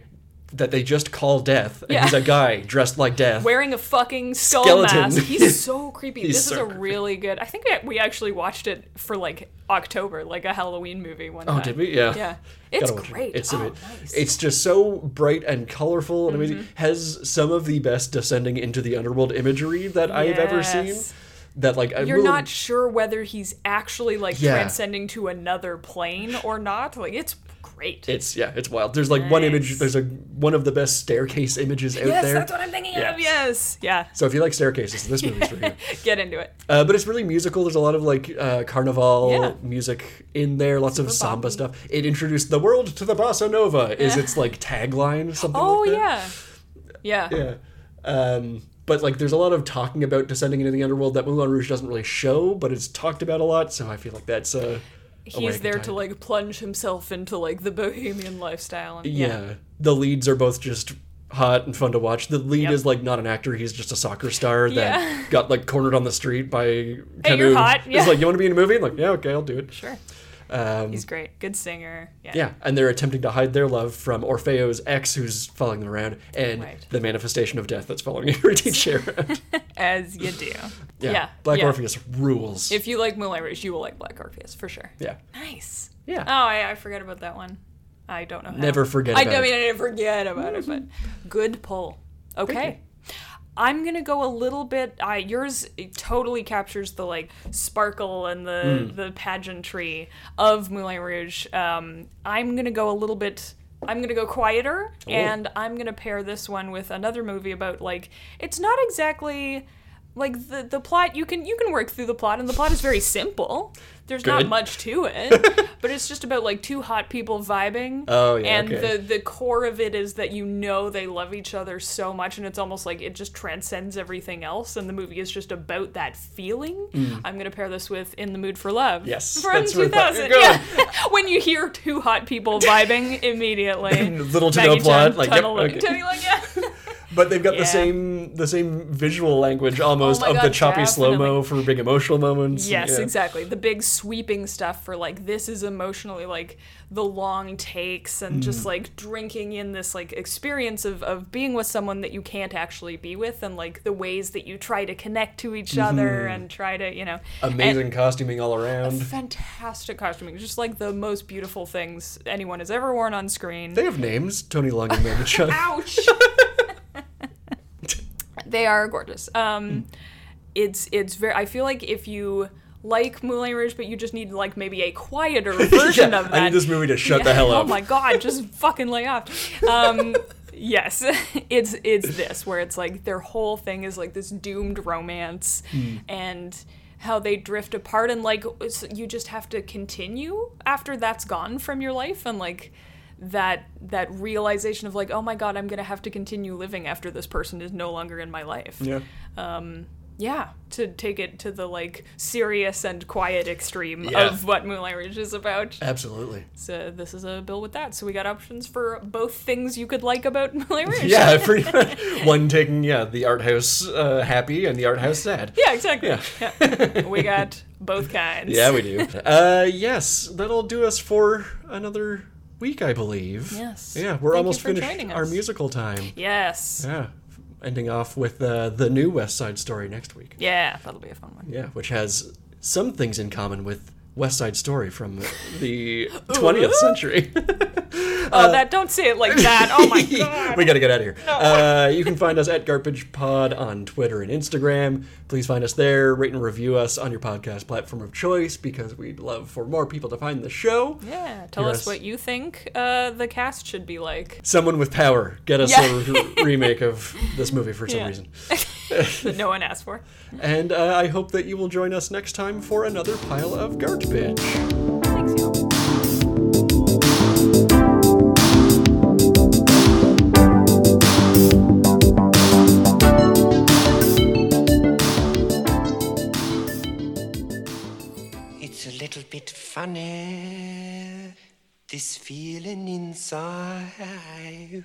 Speaker 1: that they just call Death, and
Speaker 2: Yeah.
Speaker 1: he's a guy dressed like Death.
Speaker 2: wearing a fucking skull
Speaker 1: Skeleton.
Speaker 2: mask
Speaker 1: (laughs)
Speaker 2: he's so creepy
Speaker 1: He's
Speaker 2: this is
Speaker 1: so
Speaker 2: a
Speaker 1: creepy.
Speaker 2: really good i think we- we actually watched it for like october like a halloween movie one
Speaker 1: Oh,
Speaker 2: time
Speaker 1: did we? Yeah. (laughs)
Speaker 2: yeah it's
Speaker 1: Gotta watch it.
Speaker 2: great
Speaker 1: It's
Speaker 2: oh,
Speaker 1: ama-
Speaker 2: nice. Mm-hmm.
Speaker 1: It's just so bright and colorful and amazing. Has some of the best descending into the underworld imagery that I've ever seen.
Speaker 2: Yes.
Speaker 1: That like I
Speaker 2: you're
Speaker 1: will-
Speaker 2: not sure whether he's actually like
Speaker 1: Yeah.
Speaker 2: transcending to another plane or not like it's great
Speaker 1: It's yeah, it's wild. There's like one image.
Speaker 2: Nice.
Speaker 1: There's a one of the best staircase images out
Speaker 2: yes
Speaker 1: there.
Speaker 2: that's what i'm thinking
Speaker 1: Yes.
Speaker 2: of yes yeah
Speaker 1: so if you like staircases, this movie's for
Speaker 2: (laughs)
Speaker 1: you.
Speaker 2: get into it
Speaker 1: Uh, but it's really musical. There's a lot of like uh, carnival
Speaker 2: Yeah.
Speaker 1: music in there. Lots of samba stuff. It introduced the world to the bossa nova. Is its like tagline something?
Speaker 2: oh
Speaker 1: like that.
Speaker 2: yeah yeah
Speaker 1: Yeah. Oh, Um, but like, there's a lot of talking about descending into the underworld that Moulin Rouge doesn't really show, but it's talked about a lot. So I feel like that's a, a way I
Speaker 2: he's
Speaker 1: can
Speaker 2: there
Speaker 1: tie
Speaker 2: to
Speaker 1: it.
Speaker 2: like plunge himself into like the bohemian lifestyle and
Speaker 1: yeah. The leads are both just hot and fun to watch. The lead
Speaker 2: Yep.
Speaker 1: is like not an actor; he's just a soccer star
Speaker 2: Yeah.
Speaker 1: that got like cornered on the street by. Hey,
Speaker 2: you're hot, yeah.
Speaker 1: He's like, "You want to be in a movie?" I'm like, "Yeah, okay, I'll do it."
Speaker 2: Sure.
Speaker 1: Um,
Speaker 2: He's great. Good singer. Yeah.
Speaker 1: yeah, and they're attempting to hide their love from Orfeo's ex, who's following them around, and
Speaker 2: Right.
Speaker 1: the manifestation of death that's following (laughs) every
Speaker 2: (laughs)
Speaker 1: chair.
Speaker 2: As you do.
Speaker 1: yeah.
Speaker 2: Yeah,
Speaker 1: Black
Speaker 2: yeah.
Speaker 1: Orpheus rules.
Speaker 2: If you like Moulin Rouge, you will like Black Orpheus for sure.
Speaker 1: yeah,
Speaker 2: Nice.
Speaker 1: yeah.
Speaker 2: Oh, I, I forgot about that one. I don't know how.
Speaker 1: Never forget
Speaker 2: I,
Speaker 1: about
Speaker 2: I
Speaker 1: it.
Speaker 2: mean, I didn't forget about it, but good pull. Okay. I'm gonna go a little bit. I yours totally captures the like sparkle and the
Speaker 1: Hmm.
Speaker 2: the pageantry of Moulin Rouge. Um, I'm gonna go a little bit. I'm gonna go quieter,
Speaker 1: Oh.
Speaker 2: and I'm gonna pair this one with another movie about like it's not exactly like the the plot. You can you can work through the plot, and the plot is very simple. There's
Speaker 1: Good.
Speaker 2: not much to
Speaker 1: (laughs)
Speaker 2: it, but it's just about like two hot people vibing.
Speaker 1: Oh, yeah,
Speaker 2: And
Speaker 1: okay.
Speaker 2: the the core of it is that you know they love each other so much and it's almost like it just transcends everything else and the movie is just about that feeling i'm going to pair this with in the mood for love
Speaker 1: Mm. Yes,
Speaker 2: from
Speaker 1: that's where I thought you
Speaker 2: 2000
Speaker 1: were going.
Speaker 2: yeah. (laughs) when you hear two hot people
Speaker 1: (laughs)
Speaker 2: vibing immediately
Speaker 1: Little to no
Speaker 2: Maggie
Speaker 1: plot,
Speaker 2: Chan,
Speaker 1: like, yep,
Speaker 2: tunnel,
Speaker 1: okay.
Speaker 2: tunnel, like, yeah.
Speaker 1: But they've got
Speaker 2: Yeah. Oh
Speaker 1: the same the same visual language almost
Speaker 2: my
Speaker 1: of the
Speaker 2: God,
Speaker 1: choppy slow
Speaker 2: definitely.
Speaker 1: mo for big emotional moments.
Speaker 2: Yes,
Speaker 1: Yeah.
Speaker 2: exactly. The big sweeping stuff for like this is emotionally like the long takes
Speaker 1: Mm.
Speaker 2: and just like drinking in this like experience of, of being with someone that you can't actually be with and like the ways that you try to connect to each other and try to, you know.
Speaker 1: Mm-hmm. Amazing costuming all around.
Speaker 2: And fantastic costuming. Just like the most beautiful things anyone has ever worn on screen.
Speaker 1: They have names. Tony Long and Amanda Chung.
Speaker 2: Ouch. (laughs) they are gorgeous. Um, it's it's very. I feel like if you like Moulin Rouge, but you just need like maybe a quieter version
Speaker 1: (laughs) Yeah,
Speaker 2: of that.
Speaker 1: I need this movie to shut the hell up.
Speaker 2: (laughs) Oh my god, just fucking lay off. Um, yes, (laughs) it's it's this where it's like their whole thing is like this doomed romance
Speaker 1: Hmm.
Speaker 2: and how they drift apart and like it's- you just have to continue after that's gone from your life and like that that realization of like oh my god I'm gonna have to continue living after this person is no longer in my life Um,
Speaker 1: Yeah.
Speaker 2: yeah, to take it to the like serious and quiet extreme
Speaker 1: Yeah.
Speaker 2: of what Moulin Rouge is about
Speaker 1: Absolutely.
Speaker 2: so this is a bill with that. So we got options for both things you could like about (laughs) Moulin Rouge.
Speaker 1: Yeah, pretty much.
Speaker 2: (laughs)
Speaker 1: One taking, yeah, the art house uh, happy and the art house sad.
Speaker 2: Yeah, exactly. Yeah. we got both kinds.
Speaker 1: Yeah, we
Speaker 2: (laughs)
Speaker 1: do. Uh, yes, that'll do us for another week, I believe.
Speaker 2: Yes.
Speaker 1: Yeah, we're
Speaker 2: Thank you
Speaker 1: almost
Speaker 2: for
Speaker 1: finished
Speaker 2: joining
Speaker 1: our
Speaker 2: us.
Speaker 1: musical time.
Speaker 2: Yes.
Speaker 1: Yeah, ending off with uh, the new West Side Story next week.
Speaker 2: Yeah, that'll be a fun one.
Speaker 1: Yeah, which has some things in common with West Side Story from
Speaker 2: (gasps)
Speaker 1: the 20th century. Uh,
Speaker 2: oh, that don't say it like that.
Speaker 1: (laughs)
Speaker 2: (laughs) Oh my god.
Speaker 1: we got to get out of here. Uh, you can find us at Garbage Pod on Twitter and Instagram. Please find us there. Rate and review us on your podcast platform of choice because we'd love for more people to find the show.
Speaker 2: Yeah, tell
Speaker 1: Hear
Speaker 2: us
Speaker 1: us.
Speaker 2: what you think uh, the cast should be like.
Speaker 1: Someone with power, get us
Speaker 2: Yeah.
Speaker 1: a re- remake of this movie for some
Speaker 2: Yeah.
Speaker 1: reason.
Speaker 2: That no one asked for.
Speaker 1: And uh, I hope that you will join us next time for another pile of garbage.
Speaker 2: Thanks, y'all.
Speaker 6: It's a little bit funny, this feeling inside.